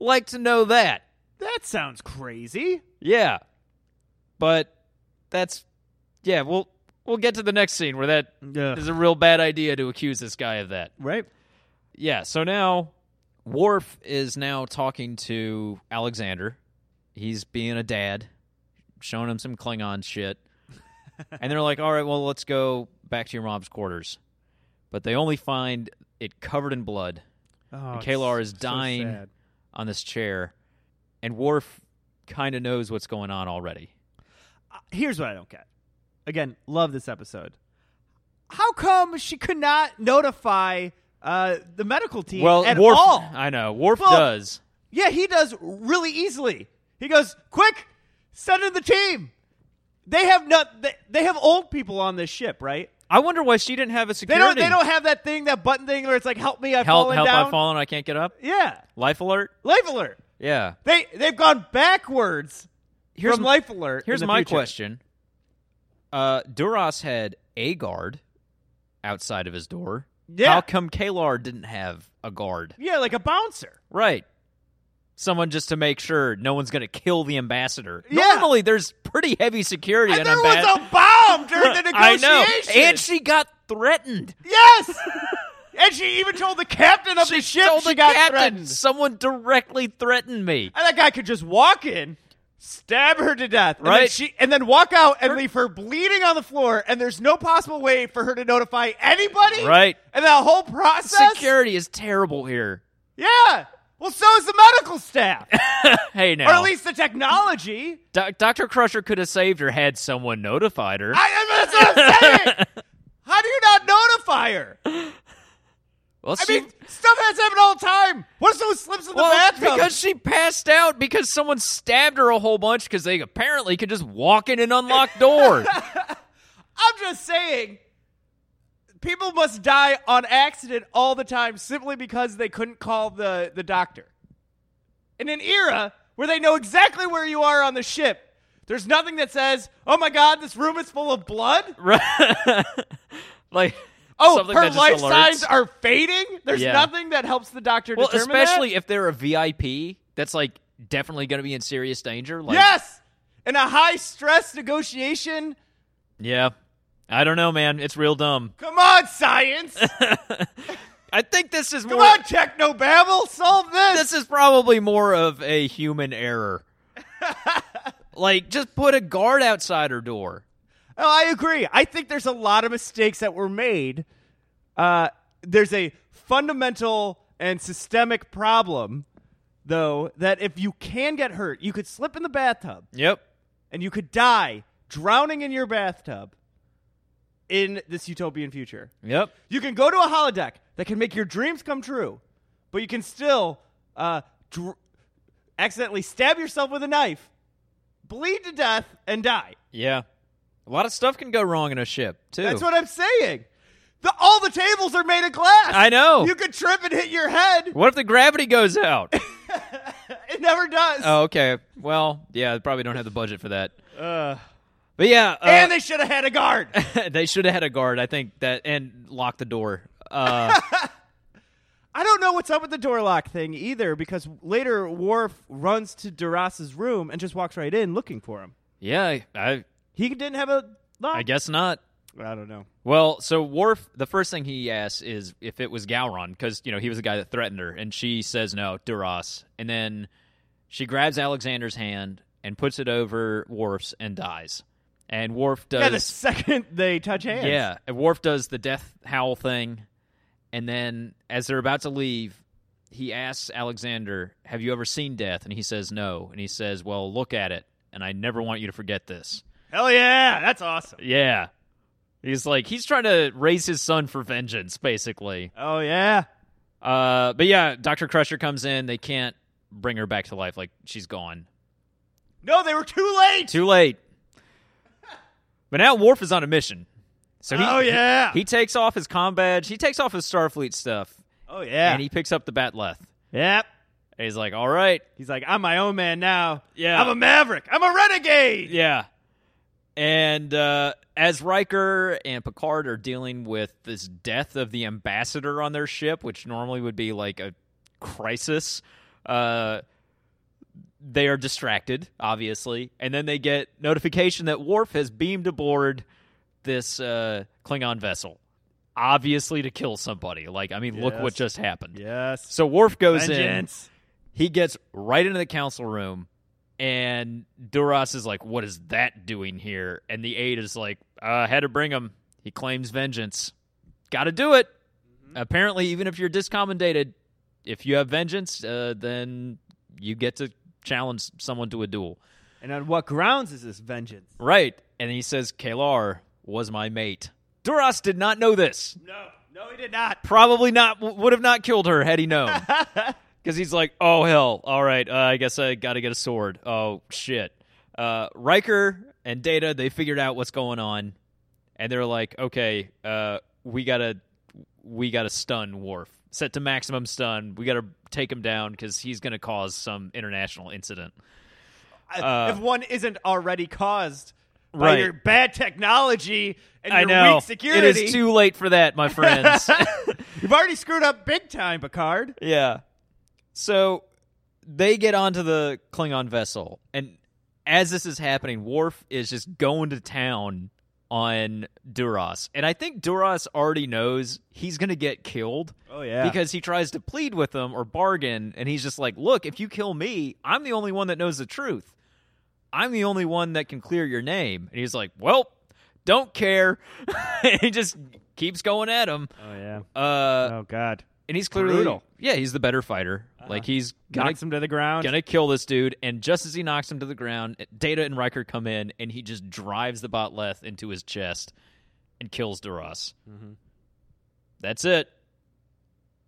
S2: like to know that?
S3: that sounds crazy.
S2: Yeah, but that's yeah. We'll we'll get to the next scene where that
S3: Yeah.
S2: is a real bad idea to accuse this guy of that.
S3: Right.
S2: Yeah, so now Worf is now talking to Alexander. He's being a dad, showing him some
S3: [LAUGHS]
S2: Klingon shit. and they're like, "All right, well, let's go back to your mom's quarters." But they only find it covered in blood
S3: Oh, it's
S2: Kalar is
S3: so
S2: dying.
S3: sad.
S2: on this chair. And Worf kind of knows what's going on already.
S3: Uh, Here's what I don't get. Again, love this episode. How come she could not notify uh, the medical team
S2: Well,
S3: at
S2: Worf
S3: all?
S2: I know. Worf
S3: Well-
S2: does.
S3: Yeah, he does really easily. He goes, "Quick, send in the team." They have not. They, they have old people on this ship, right?
S2: I wonder why she didn't have a
S3: They
S2: security.
S3: don't. They don't have that thing, that button thing, where it's like, "Help me, I've
S2: help,
S3: fallen
S2: help,
S3: down."
S2: I've fallen, I can't get up.
S3: Yeah,
S2: Life alert?
S3: life alert.
S2: Yeah.
S3: They they've gone backwards
S2: Here's
S3: from
S2: m-
S3: life alert. in
S2: Here's
S3: the
S2: my
S3: future.
S2: question. Uh, Duras had a guard outside of his door.
S3: Yeah.
S2: How come Kalar didn't have a guard?
S3: Yeah, like a bouncer.
S2: Right. Someone just to make sure no one's going to kill the ambassador.
S3: Yeah.
S2: Normally, there's pretty heavy security.
S3: And
S2: in
S3: there
S2: ambas-
S3: was a bomb during the
S2: [LAUGHS] I
S3: negotiation.
S2: know. And she got threatened.
S3: yes. and she even told the captain of the ship
S2: Told
S3: she
S2: the
S3: got
S2: captain,
S3: threatened.
S2: Someone directly threatened me.
S3: And that guy could just walk in, stab her to death, and Then
S2: Right.
S3: she and then walk out and leave her bleeding on the floor. And there's no possible way for her to notify anybody.
S2: Right.
S3: And that whole process.
S2: Security is terrible here. [LAUGHS]
S3: Yeah. Well, so is the medical staff,
S2: Hey, now.
S3: or at least the technology.
S2: Doc- Dr. Crusher could have saved her had someone notified her.
S3: I, that's what I'm saying.
S2: [LAUGHS]
S3: How do you not notify her?
S2: well,
S3: I
S2: she-
S3: mean, stuff has happened all the time. What if someone slips in the
S2: Well, it's
S3: bathroom?
S2: because she passed out because someone stabbed her a whole bunch because they apparently could just walk in
S3: [LAUGHS]
S2: an unlocked door.
S3: I'm just saying, people must die on accident all the time simply because they couldn't call the, the doctor. In an era where they know exactly where you are on the ship, there's nothing that says, oh my God, this room is full of blood.
S2: Right. [LAUGHS] like,
S3: Oh,
S2: something
S3: her
S2: that just
S3: life
S2: alerts.
S3: signs are fading. There's
S2: Yeah.
S3: nothing that helps the doctor
S2: Well,
S3: determine that?
S2: especially if they're a VIP that's like definitely going to be in serious danger. Like,
S3: yes! In a high stress negotiation.
S2: Yeah. I don't know, man. It's real dumb.
S3: Come on,
S2: [LAUGHS]
S3: science.
S2: I think this is [LAUGHS]
S3: Come
S2: more.
S3: on, technobabble. Solve this. [LAUGHS]
S2: This is probably more of a human error like, just put a guard outside her door.
S3: Oh, I agree. I think there's a lot of mistakes that were made. Uh, there's a fundamental and systemic problem, though, that if you can get hurt, you could slip in the bathtub
S2: Yep.
S3: and you could die drowning in your bathtub in this utopian future.
S2: Yep.
S3: You can go to a holodeck that can make your dreams come true, but you can still uh, dr- accidentally stab yourself with a knife, bleed to death, and die.
S2: Yeah. A lot of stuff can go wrong in a ship, too.
S3: That's what I'm saying. The, all the tables are made of glass.
S2: I know.
S3: You could trip and hit your head.
S2: What if the gravity
S3: [LAUGHS]
S2: goes out?
S3: It never does.
S2: oh, okay. Well, yeah, they probably don't have the budget for that.
S3: Uh.
S2: but yeah, uh,
S3: and they should have had a guard. [LAUGHS]
S2: [LAUGHS] they should have had a guard. I think that and lock the door. Uh,
S3: I don't know what's up with the door lock thing either, because later Worf runs to Duras's room and just walks right in looking for him.
S2: yeah, I
S3: He didn't have a lock.
S2: I guess not.
S3: I don't know.
S2: Well, so Worf, the first thing he asks is if it was Gowron because you know he was the guy that threatened her, and she says no, Duras, and then she grabs Alexander's hand and puts it over Worf's and dies. And Worf does
S3: Yeah, the second [LAUGHS] they touch hands.
S2: Uh, Yeah, and Worf does the death howl thing, and then as they're about to leave, he asks Alexander, "Have you ever seen death?" And he says, "No." And he says, "Well, look at it, and I never want you to forget this."
S3: Hell yeah, that's awesome.
S2: Yeah, he's like he's trying to raise his son for vengeance, basically.
S3: Oh yeah.
S2: Uh, but yeah, Doctor Crusher comes in. They can't bring her back to life; like she's gone.
S3: No, they were too late.
S2: Too late. But now Worf is on a mission. So he,
S3: oh yeah.
S2: he takes off his com badge. He takes off his Starfleet stuff,
S3: oh yeah.
S2: and he picks up the Batleth.
S3: yep.
S2: And he's like, "All right,
S3: He's like, I'm my own man now.
S2: Yeah.
S3: I'm a maverick. I'm a renegade.
S2: yeah." And uh, as Riker and Picard are dealing with this death of the ambassador on their ship, which normally would be like a crisis, uh, they are distracted, obviously, and then they get notification that Worf has beamed aboard this uh, Klingon vessel, obviously to kill somebody. Like, I mean, look what
S3: Yes.
S2: just happened.
S3: Yes.
S2: So Worf goes in.
S3: Vengeance.
S2: He gets right into the council room, and Duras is like, "What is that doing here?" And the aide is like, uh, "Had to bring him. He claims vengeance. Got to do it." Apparently, even if you're discommendated, if you have vengeance, uh, then you get to challenge someone to a duel.
S3: And on what grounds is this vengeance?
S2: Right. And he says, "Kalar was my mate." Duras did not know this.
S3: No, no, he did not.
S2: Probably not w- would have not killed her had
S3: [LAUGHS]
S2: he known. Because he's like, oh hell, all right, uh, I guess I got to get a sword. Oh shit. Uh, Riker and Data, they figured out what's going on, and they're like, okay, uh, we gotta, we gotta stun Worf, set to maximum stun. We gotta take him down because he's gonna cause some international incident.
S3: I- if one isn't already caused
S2: Right.
S3: by your bad technology and
S2: I
S3: your
S2: know
S3: weak security,
S2: it is too late for
S3: [LAUGHS]
S2: that, my friends.
S3: you've already screwed up big time, Picard.
S2: Yeah. So they get onto the Klingon vessel, and as this is happening, Worf is just going to town on Duras. And I think Duras already knows he's going to get killed
S3: Oh yeah.
S2: because he tries to plead with them or bargain, and he's just like, Look, if you kill me, I'm the only one that knows the truth. I'm the only one that can clear your name. And he's like, Well, don't care. [LAUGHS] he just keeps going at him.
S3: oh yeah.
S2: Uh,
S3: Oh god.
S2: and he's clearly
S3: Brutal.
S2: yeah he's the better fighter like he's gonna,
S3: Knocks him to the ground.
S2: gonna kill this dude and just as he knocks him to the ground data and riker come in and he just drives the botleth into his chest and kills duras that's it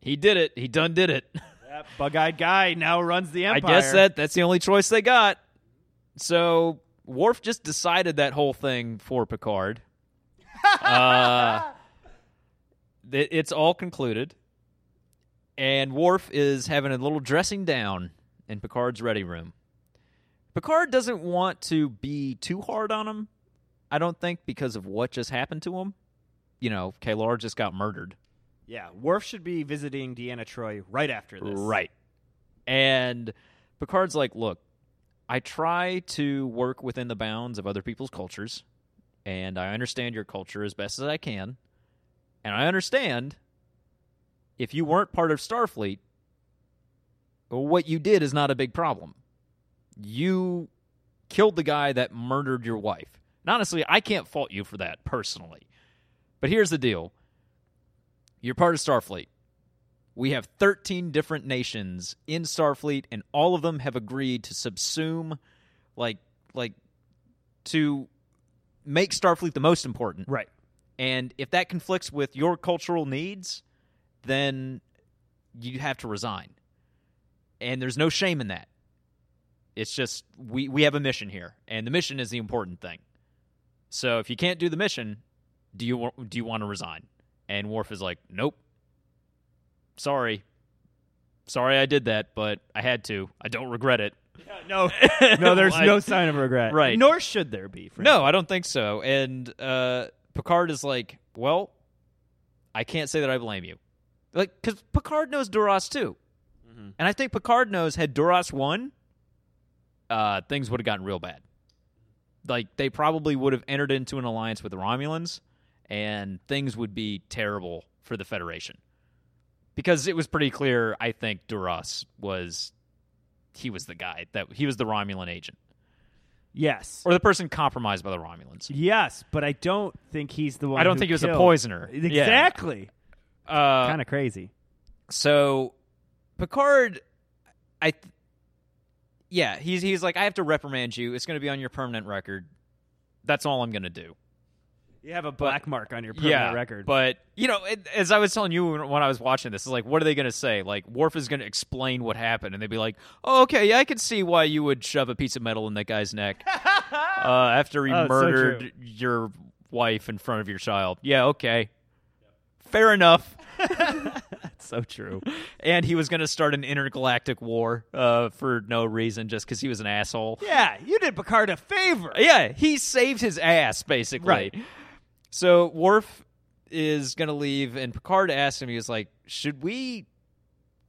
S2: he did it he done did it [LAUGHS]
S3: That bug-eyed guy now runs the
S2: i
S3: empire.
S2: guess that that's the only choice they got so Worf just decided that whole thing for picard uh, it- it's all concluded. And Worf is having a little dressing down in Picard's ready room. Picard doesn't want to be too hard on him, I don't think, because of what just happened to him. You know, Kalar just got murdered.
S3: Yeah, Worf should be visiting Deanna Troy right after this.
S2: Right. And Picard's like, look, I try to work within the bounds of other people's cultures, and I understand your culture as best as I can. And I understand if you weren't part of Starfleet, what you did is not a big problem. You killed the guy that murdered your wife. And honestly, I can't fault you for that personally. But here's the deal you're part of Starfleet. We have 13 different nations in Starfleet, and all of them have agreed to subsume, like, like, to make Starfleet the most important.
S3: Right.
S2: And if that conflicts with your cultural needs, then you have to resign. And there's no shame in that. It's just we, we have a mission here, and the mission is the important thing. So if you can't do the mission, do you wa- do you want to resign? And Worf is like, nope. Sorry, sorry I did that, but I had to. I don't regret it.
S3: no, [LAUGHS] no, there's
S2: [LAUGHS] Like-
S3: no sign of regret.
S2: Right.
S3: Nor should there be. Frankly.
S2: No, I don't think so. And uh, Picard is like, well, I can't say that I blame you, like because Picard knows Duras too, and I think Picard knows had Duras won, uh, things would have gotten real bad. Like they probably would have entered into an alliance with the Romulans, and things would be terrible for the Federation, because it was pretty clear. I think Duras was, he was the guy that he was the Romulan agent
S3: Yes.
S2: or the person compromised by the Romulans.
S3: yes, but I don't think he's the one.
S2: I don't
S3: who
S2: think he was a
S3: killed.
S2: poisoner. Yeah.
S3: Exactly.
S2: Uh,
S3: kind of crazy.
S2: so Picard, I, th- yeah, he's he's like, I have to reprimand you. It's going to be on your permanent record. That's all I'm going to do.
S3: You have a black mark on your permanent
S2: yeah,
S3: record.
S2: But you know, it, as I was telling you when when I was watching this, it's like, what are they going to say? Like, Worf is going to explain what happened, and they'd be like, "Oh, okay, yeah, I can see why you would shove a piece of metal in that guy's
S3: [LAUGHS]
S2: neck uh, after he
S3: Oh, it's so
S2: murdered
S3: true.
S2: your wife in front of your child." Yeah, okay, fair enough.
S3: so true.
S2: And he was going to start an intergalactic war uh, for no reason, just because he was an asshole.
S3: [LAUGHS] yeah, you did Picard a favor.
S2: Yeah, he saved his ass basically.
S3: Right.
S2: So Worf is gonna leave, and Picard asks him. He was like, "Should we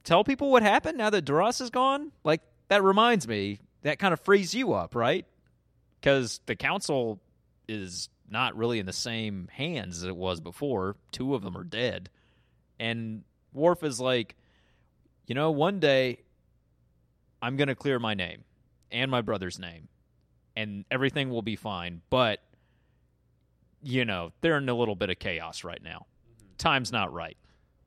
S2: tell people what happened now that Duras is gone? Like that reminds me. That kind of frees you up, right? Because the Council is not really in the same hands as it was before. Two of them are dead, and Worf is like, you know, one day I'm gonna clear my name and my brother's name." and everything will be fine. But you know, they're in a little bit of chaos right now. Time's not right.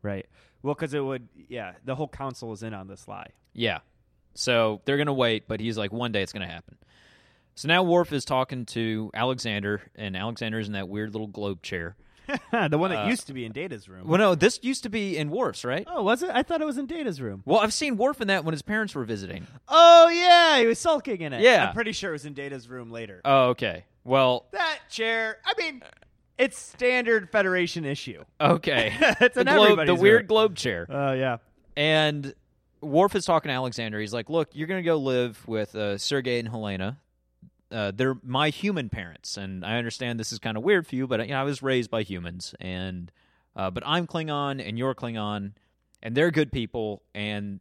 S3: Right. Well, because it would. Yeah, the whole council is in on this lie.
S2: Yeah. So they're gonna wait, but he's like, one day it's gonna happen. So now Worf is talking to Alexander, and Alexander's in that weird little globe chair.
S3: [LAUGHS] the one that used to be in Data's room.
S2: Well, no, this used to be in Worf's, right?
S3: Oh, was it? I thought it was in Data's room.
S2: Well, I've seen Worf in that when his parents were visiting.
S3: Oh yeah, he was sulking in it.
S2: Yeah.
S3: I'm pretty sure it was in Data's room later.
S2: Oh, okay. Well,
S3: that chair. I mean, it's standard Federation
S2: [LAUGHS]
S3: issue. [LAUGHS]
S2: okay.
S3: It's
S2: the
S3: in
S2: globe, the
S3: everybody's
S2: weird
S3: room.
S2: globe chair.
S3: Oh yeah.
S2: And Worf is talking to Alexander. He's like, "Look, you're going to go live with uh, Sergey and Helena. Uh, they're my human parents, and I understand this is kind of weird for you, but you know, I was raised by humans, and uh, but I'm Klingon and you're Klingon, and they're good people, and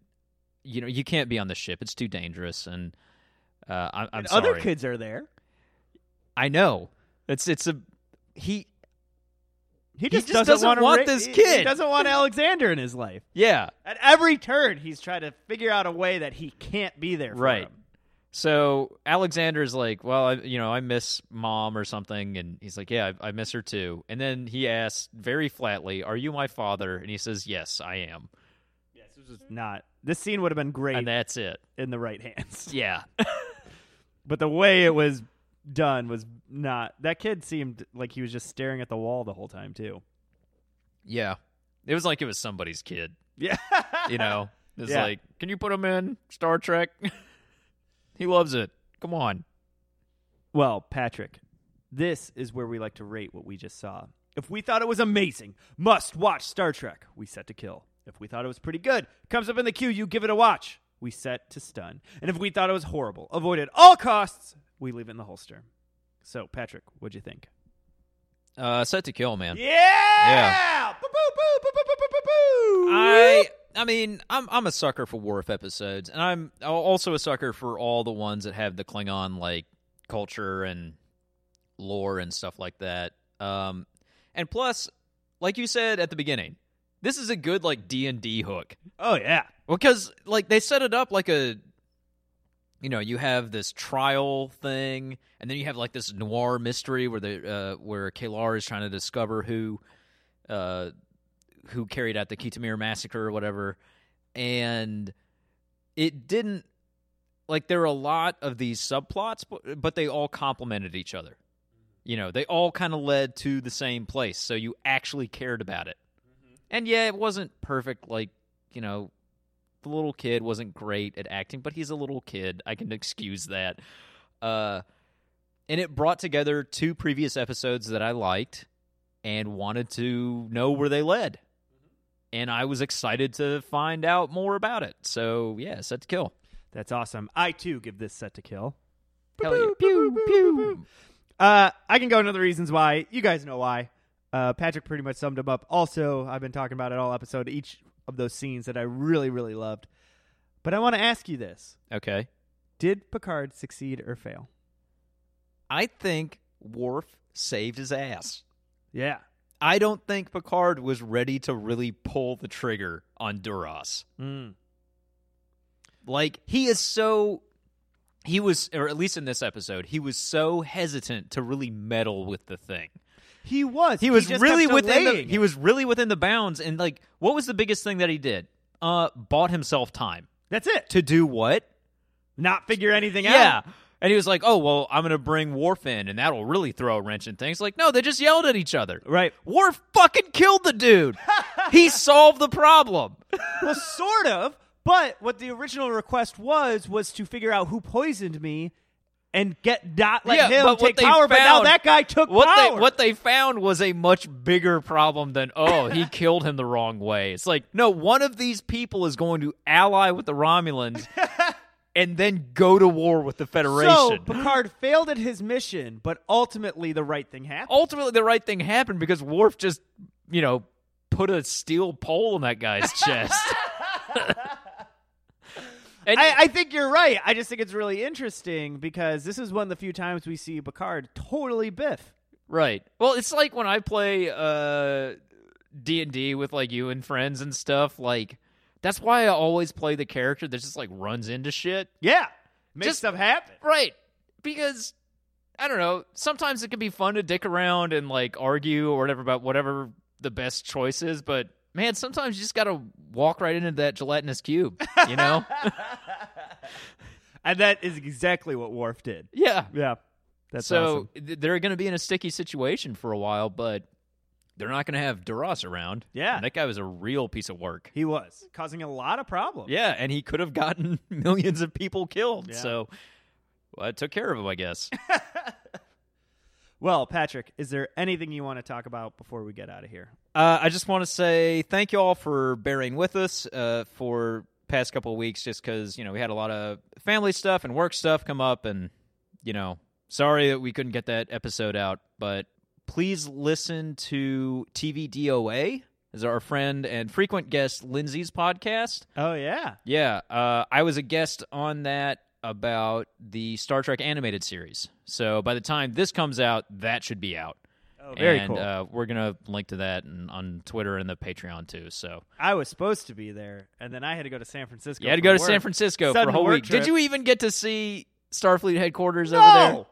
S2: you know you can't be on the ship; it's too dangerous. And uh, I, I'm
S3: And
S2: sorry.
S3: Other kids are there.
S2: I know it's it's a he.
S3: He just,
S2: just doesn't
S3: wanna
S2: want
S3: ra-
S2: this
S3: he- He
S2: kid.
S3: doesn't want Alexander in his life.
S2: Yeah,
S3: At every turn, he's trying to figure out a way that he can't be there. For
S2: Right.
S3: him.
S2: So Alexander's like, well, I, you know, I miss mom or something, and he's like, yeah, I, I miss her too. And then he asks very flatly, "Are you my father?" And he says, "Yes, I am."
S3: Yes, this was not. This scene would have been great
S2: And that's it.
S3: in the right hands, [LAUGHS]
S2: Yeah,
S3: but the way it was done was not. That kid seemed like he was just staring at the wall the whole time too.
S2: [LAUGHS] yeah. It was like it was somebody's kid,
S3: [LAUGHS] Yeah.
S2: you know. It's
S3: Yeah.
S2: like, can you put him in Star Trek? [LAUGHS] he loves it. Come on.
S3: Well, Patrick, this is where we like to rate what we just saw. If we thought it was amazing, must watch Star Trek, we set to kill. If we thought it was pretty good, comes up in the queue, you give it a watch, we set to stun. And if we thought it was horrible, avoid at all costs, we leave it in the holster. So, Patrick, what'd you think?
S2: Uh, set to kill, man.
S3: Yeah! yeah. Boo, boo, boo, boo, boo, boo, boo, boo, boo.
S2: I I mean, I'm I'm a sucker for Worf episodes, and I'm al- also a sucker for all the ones that have the Klingon like culture and lore and stuff like that. Um, and plus, like you said at the beginning, this is a good like D and D hook
S3: Oh, yeah.
S2: because like they set it up like a you know you have this trial thing and then you have like this noir mystery where the uh, where Kalar is trying to discover who uh, who carried out the Kitamir massacre or whatever and it didn't like there are a lot of these subplots but, but they all complemented each other you know they all kind of led to the same place so you actually cared about it and yeah it wasn't perfect like you know the little kid wasn't great at acting, but he's a little kid. I can excuse that. Uh, and it brought together two previous episodes that I liked and wanted to know where they led. And I was excited to find out more about it. So, yeah, set to kill.
S3: That's awesome. I too give this set to kill.
S2: Hell yeah.
S3: Boop, boop, boop,
S2: Pew,
S3: boop, boop,
S2: pew.
S3: boop. Uh, I can go into the reasons why. You guys know why. Uh, Patrick pretty much summed them up. Also, I've been talking about it all episode, each of those scenes that I really, really loved. But I want to ask you this
S2: Okay.
S3: Did Picard succeed or fail?
S2: I think Worf saved his ass.
S3: Yeah.
S2: I don't think Picard was ready to really pull the trigger on Duras.
S3: Mm.
S2: Like he is so he was or at least in this episode, he was so hesitant to really meddle with the thing.
S3: He was.
S2: He was
S3: just
S2: really
S3: kept
S2: within the,
S3: delaying
S2: he
S3: it.
S2: was really within the bounds and like what was the biggest thing that he did? Uh bought himself time.
S3: That's it.
S2: To do what?
S3: Not figure anything
S2: Yeah.
S3: out.
S2: And he was like, "Oh, well, I'm going to bring Worf in and that'll really throw a wrench in things." Like, "No, they just yelled at each other."
S3: Right.
S2: Worf fucking killed the [LAUGHS] dude. he solved the problem.
S3: well, sort of. But what the original request was was to figure out who poisoned me and get dot let
S2: Yeah,
S3: him
S2: but what
S3: take
S2: they
S3: power. but now
S2: found-
S3: that guy took
S2: what
S3: power.
S2: They, what they found was a much bigger problem than oh
S3: [LAUGHS]
S2: he killed him the wrong way. It's like no one of these people is going to ally with
S3: [LAUGHS]
S2: the Romulans and then go to war with the
S3: so
S2: Federation.
S3: Picard failed at his mission, but ultimately the right thing happened.
S2: Ultimately, the right thing happened because Worf just you know put a steel pole in that guy's chest.
S3: [LAUGHS]
S2: [LAUGHS] and
S3: I, I think you're right. I just think it's really interesting because this is one of the few times we see Picard totally biff.
S2: Right. Well, it's like when I play uh D and D with like you and friends and stuff. Like that's why I always play the character that just like runs into shit.
S3: Yeah, makes
S2: Just-
S3: stuff happen.
S2: Right. Because I don't know. Sometimes it can be fun to dick around and like argue or whatever about whatever the best choice is, but man, sometimes you just gotta walk right into that gelatinous cube. You
S3: [LAUGHS]
S2: know?
S3: And that is exactly what Worf did.
S2: yeah.
S3: Yeah, that's
S2: so
S3: awesome.
S2: th- they're going to be in a sticky situation for a while, but they're not going to have Duras around.
S3: Yeah.
S2: And that guy was a real piece of work.
S3: He was causing a lot of problems.
S2: Yeah, and he could have gotten [LAUGHS] millions of people killed.
S3: Yeah.
S2: So well, I took care of him, I guess.
S3: Well, Patrick, is there anything you want to talk about before we get out of here?
S2: [LAUGHS] Uh, I just want to say thank you all for bearing with us uh, for past couple of weeks, just because you know we had a lot of family stuff and work stuff come up, and you know, sorry that we couldn't get that episode out, but please listen to TV DOA. Is our friend and frequent guest Lindsay's podcast?
S3: Oh yeah,
S2: Yeah, uh, I was a guest on that about the Star Trek animated series. So by the time this comes out, that should be out
S3: oh, very
S2: and,
S3: cool.
S2: Uh, we're gonna link to that and, on Twitter and the Patreon too. So
S3: I was supposed to be there, and then I had to go to San Francisco.
S2: you had to
S3: for
S2: go to
S3: work.
S2: San Francisco for
S3: Sudden
S2: a whole
S3: work
S2: week.
S3: trip.
S2: Did you even get to see Starfleet headquarters over
S3: No,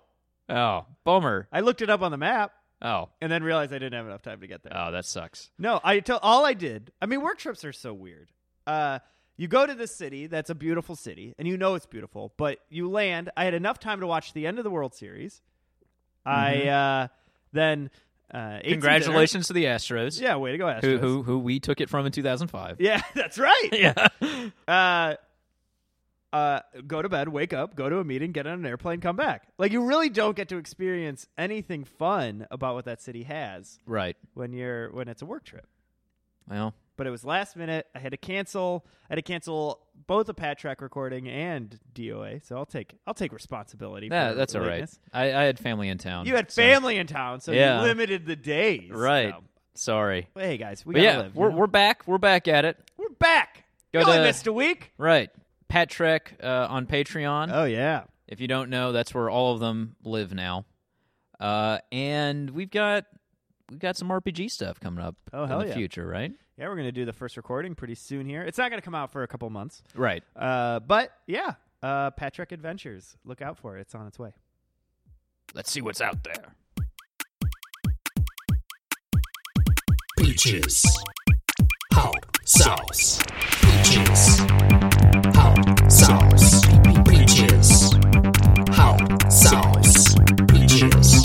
S2: there? Oh, bummer.
S3: I looked it up on the map
S2: Oh,
S3: and then realized I didn't have enough time to get there.
S2: oh, that sucks.
S3: No, I tell all I did. I mean, work trips are so weird. Uh, you go to this city that's a beautiful city, and you know it's beautiful, but you land. I had enough time to watch the end of the World Series. I uh, then uh, ate some
S2: Mm-hmm. Congratulations to the Astros,
S3: dinner. Yeah, way to go, Astros.
S2: Who, who who we took it from in 2005.
S3: [LAUGHS] Yeah, that's right.
S2: Yeah.
S3: uh, uh, go to bed, wake up, go to a meeting, get on an airplane, come back. Like you really don't get to experience anything fun about what that city has
S2: right.
S3: when you're when it's a work trip.
S2: Well,
S3: But it was last minute. I had to cancel. I had to cancel both a Pat Track recording and DOA. So I'll take I'll take responsibility.
S2: yeah,
S3: for
S2: that's all right.
S3: lateness.
S2: I, I had family in town.
S3: You had Oh.
S2: so-
S3: family in town, so
S2: Yeah.
S3: you limited the days.
S2: Right.
S3: So,
S2: Sorry.
S3: but hey guys, we
S2: But
S3: gotta
S2: yeah,
S3: live. you
S2: we're
S3: know?
S2: we're back. We're back at it.
S3: we're back.
S2: Go
S3: we only
S2: to-
S3: missed a week.
S2: Right. Pat Trek uh, on Patreon.
S3: Oh yeah.
S2: If you don't know, that's where all of them live now. Uh, and we've got we've got some RPG stuff coming up
S3: Oh,
S2: in
S3: hell
S2: the
S3: yeah.
S2: future, right?
S3: Yeah, we're gonna do the first recording pretty soon here. It's not gonna come out for a couple months,
S2: Right.
S3: uh, but yeah, Uh, Patrick Adventures. Look out for it. It's on its way.
S2: Let's see what's out there.
S4: Peaches. Hot sauce. Peaches. Hot sauce. Peaches. Hot sauce. Peaches.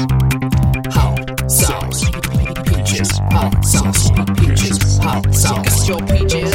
S4: Hot sauce. Peaches. Hot sauce. Peaches. Hot sauce. Got your peaches.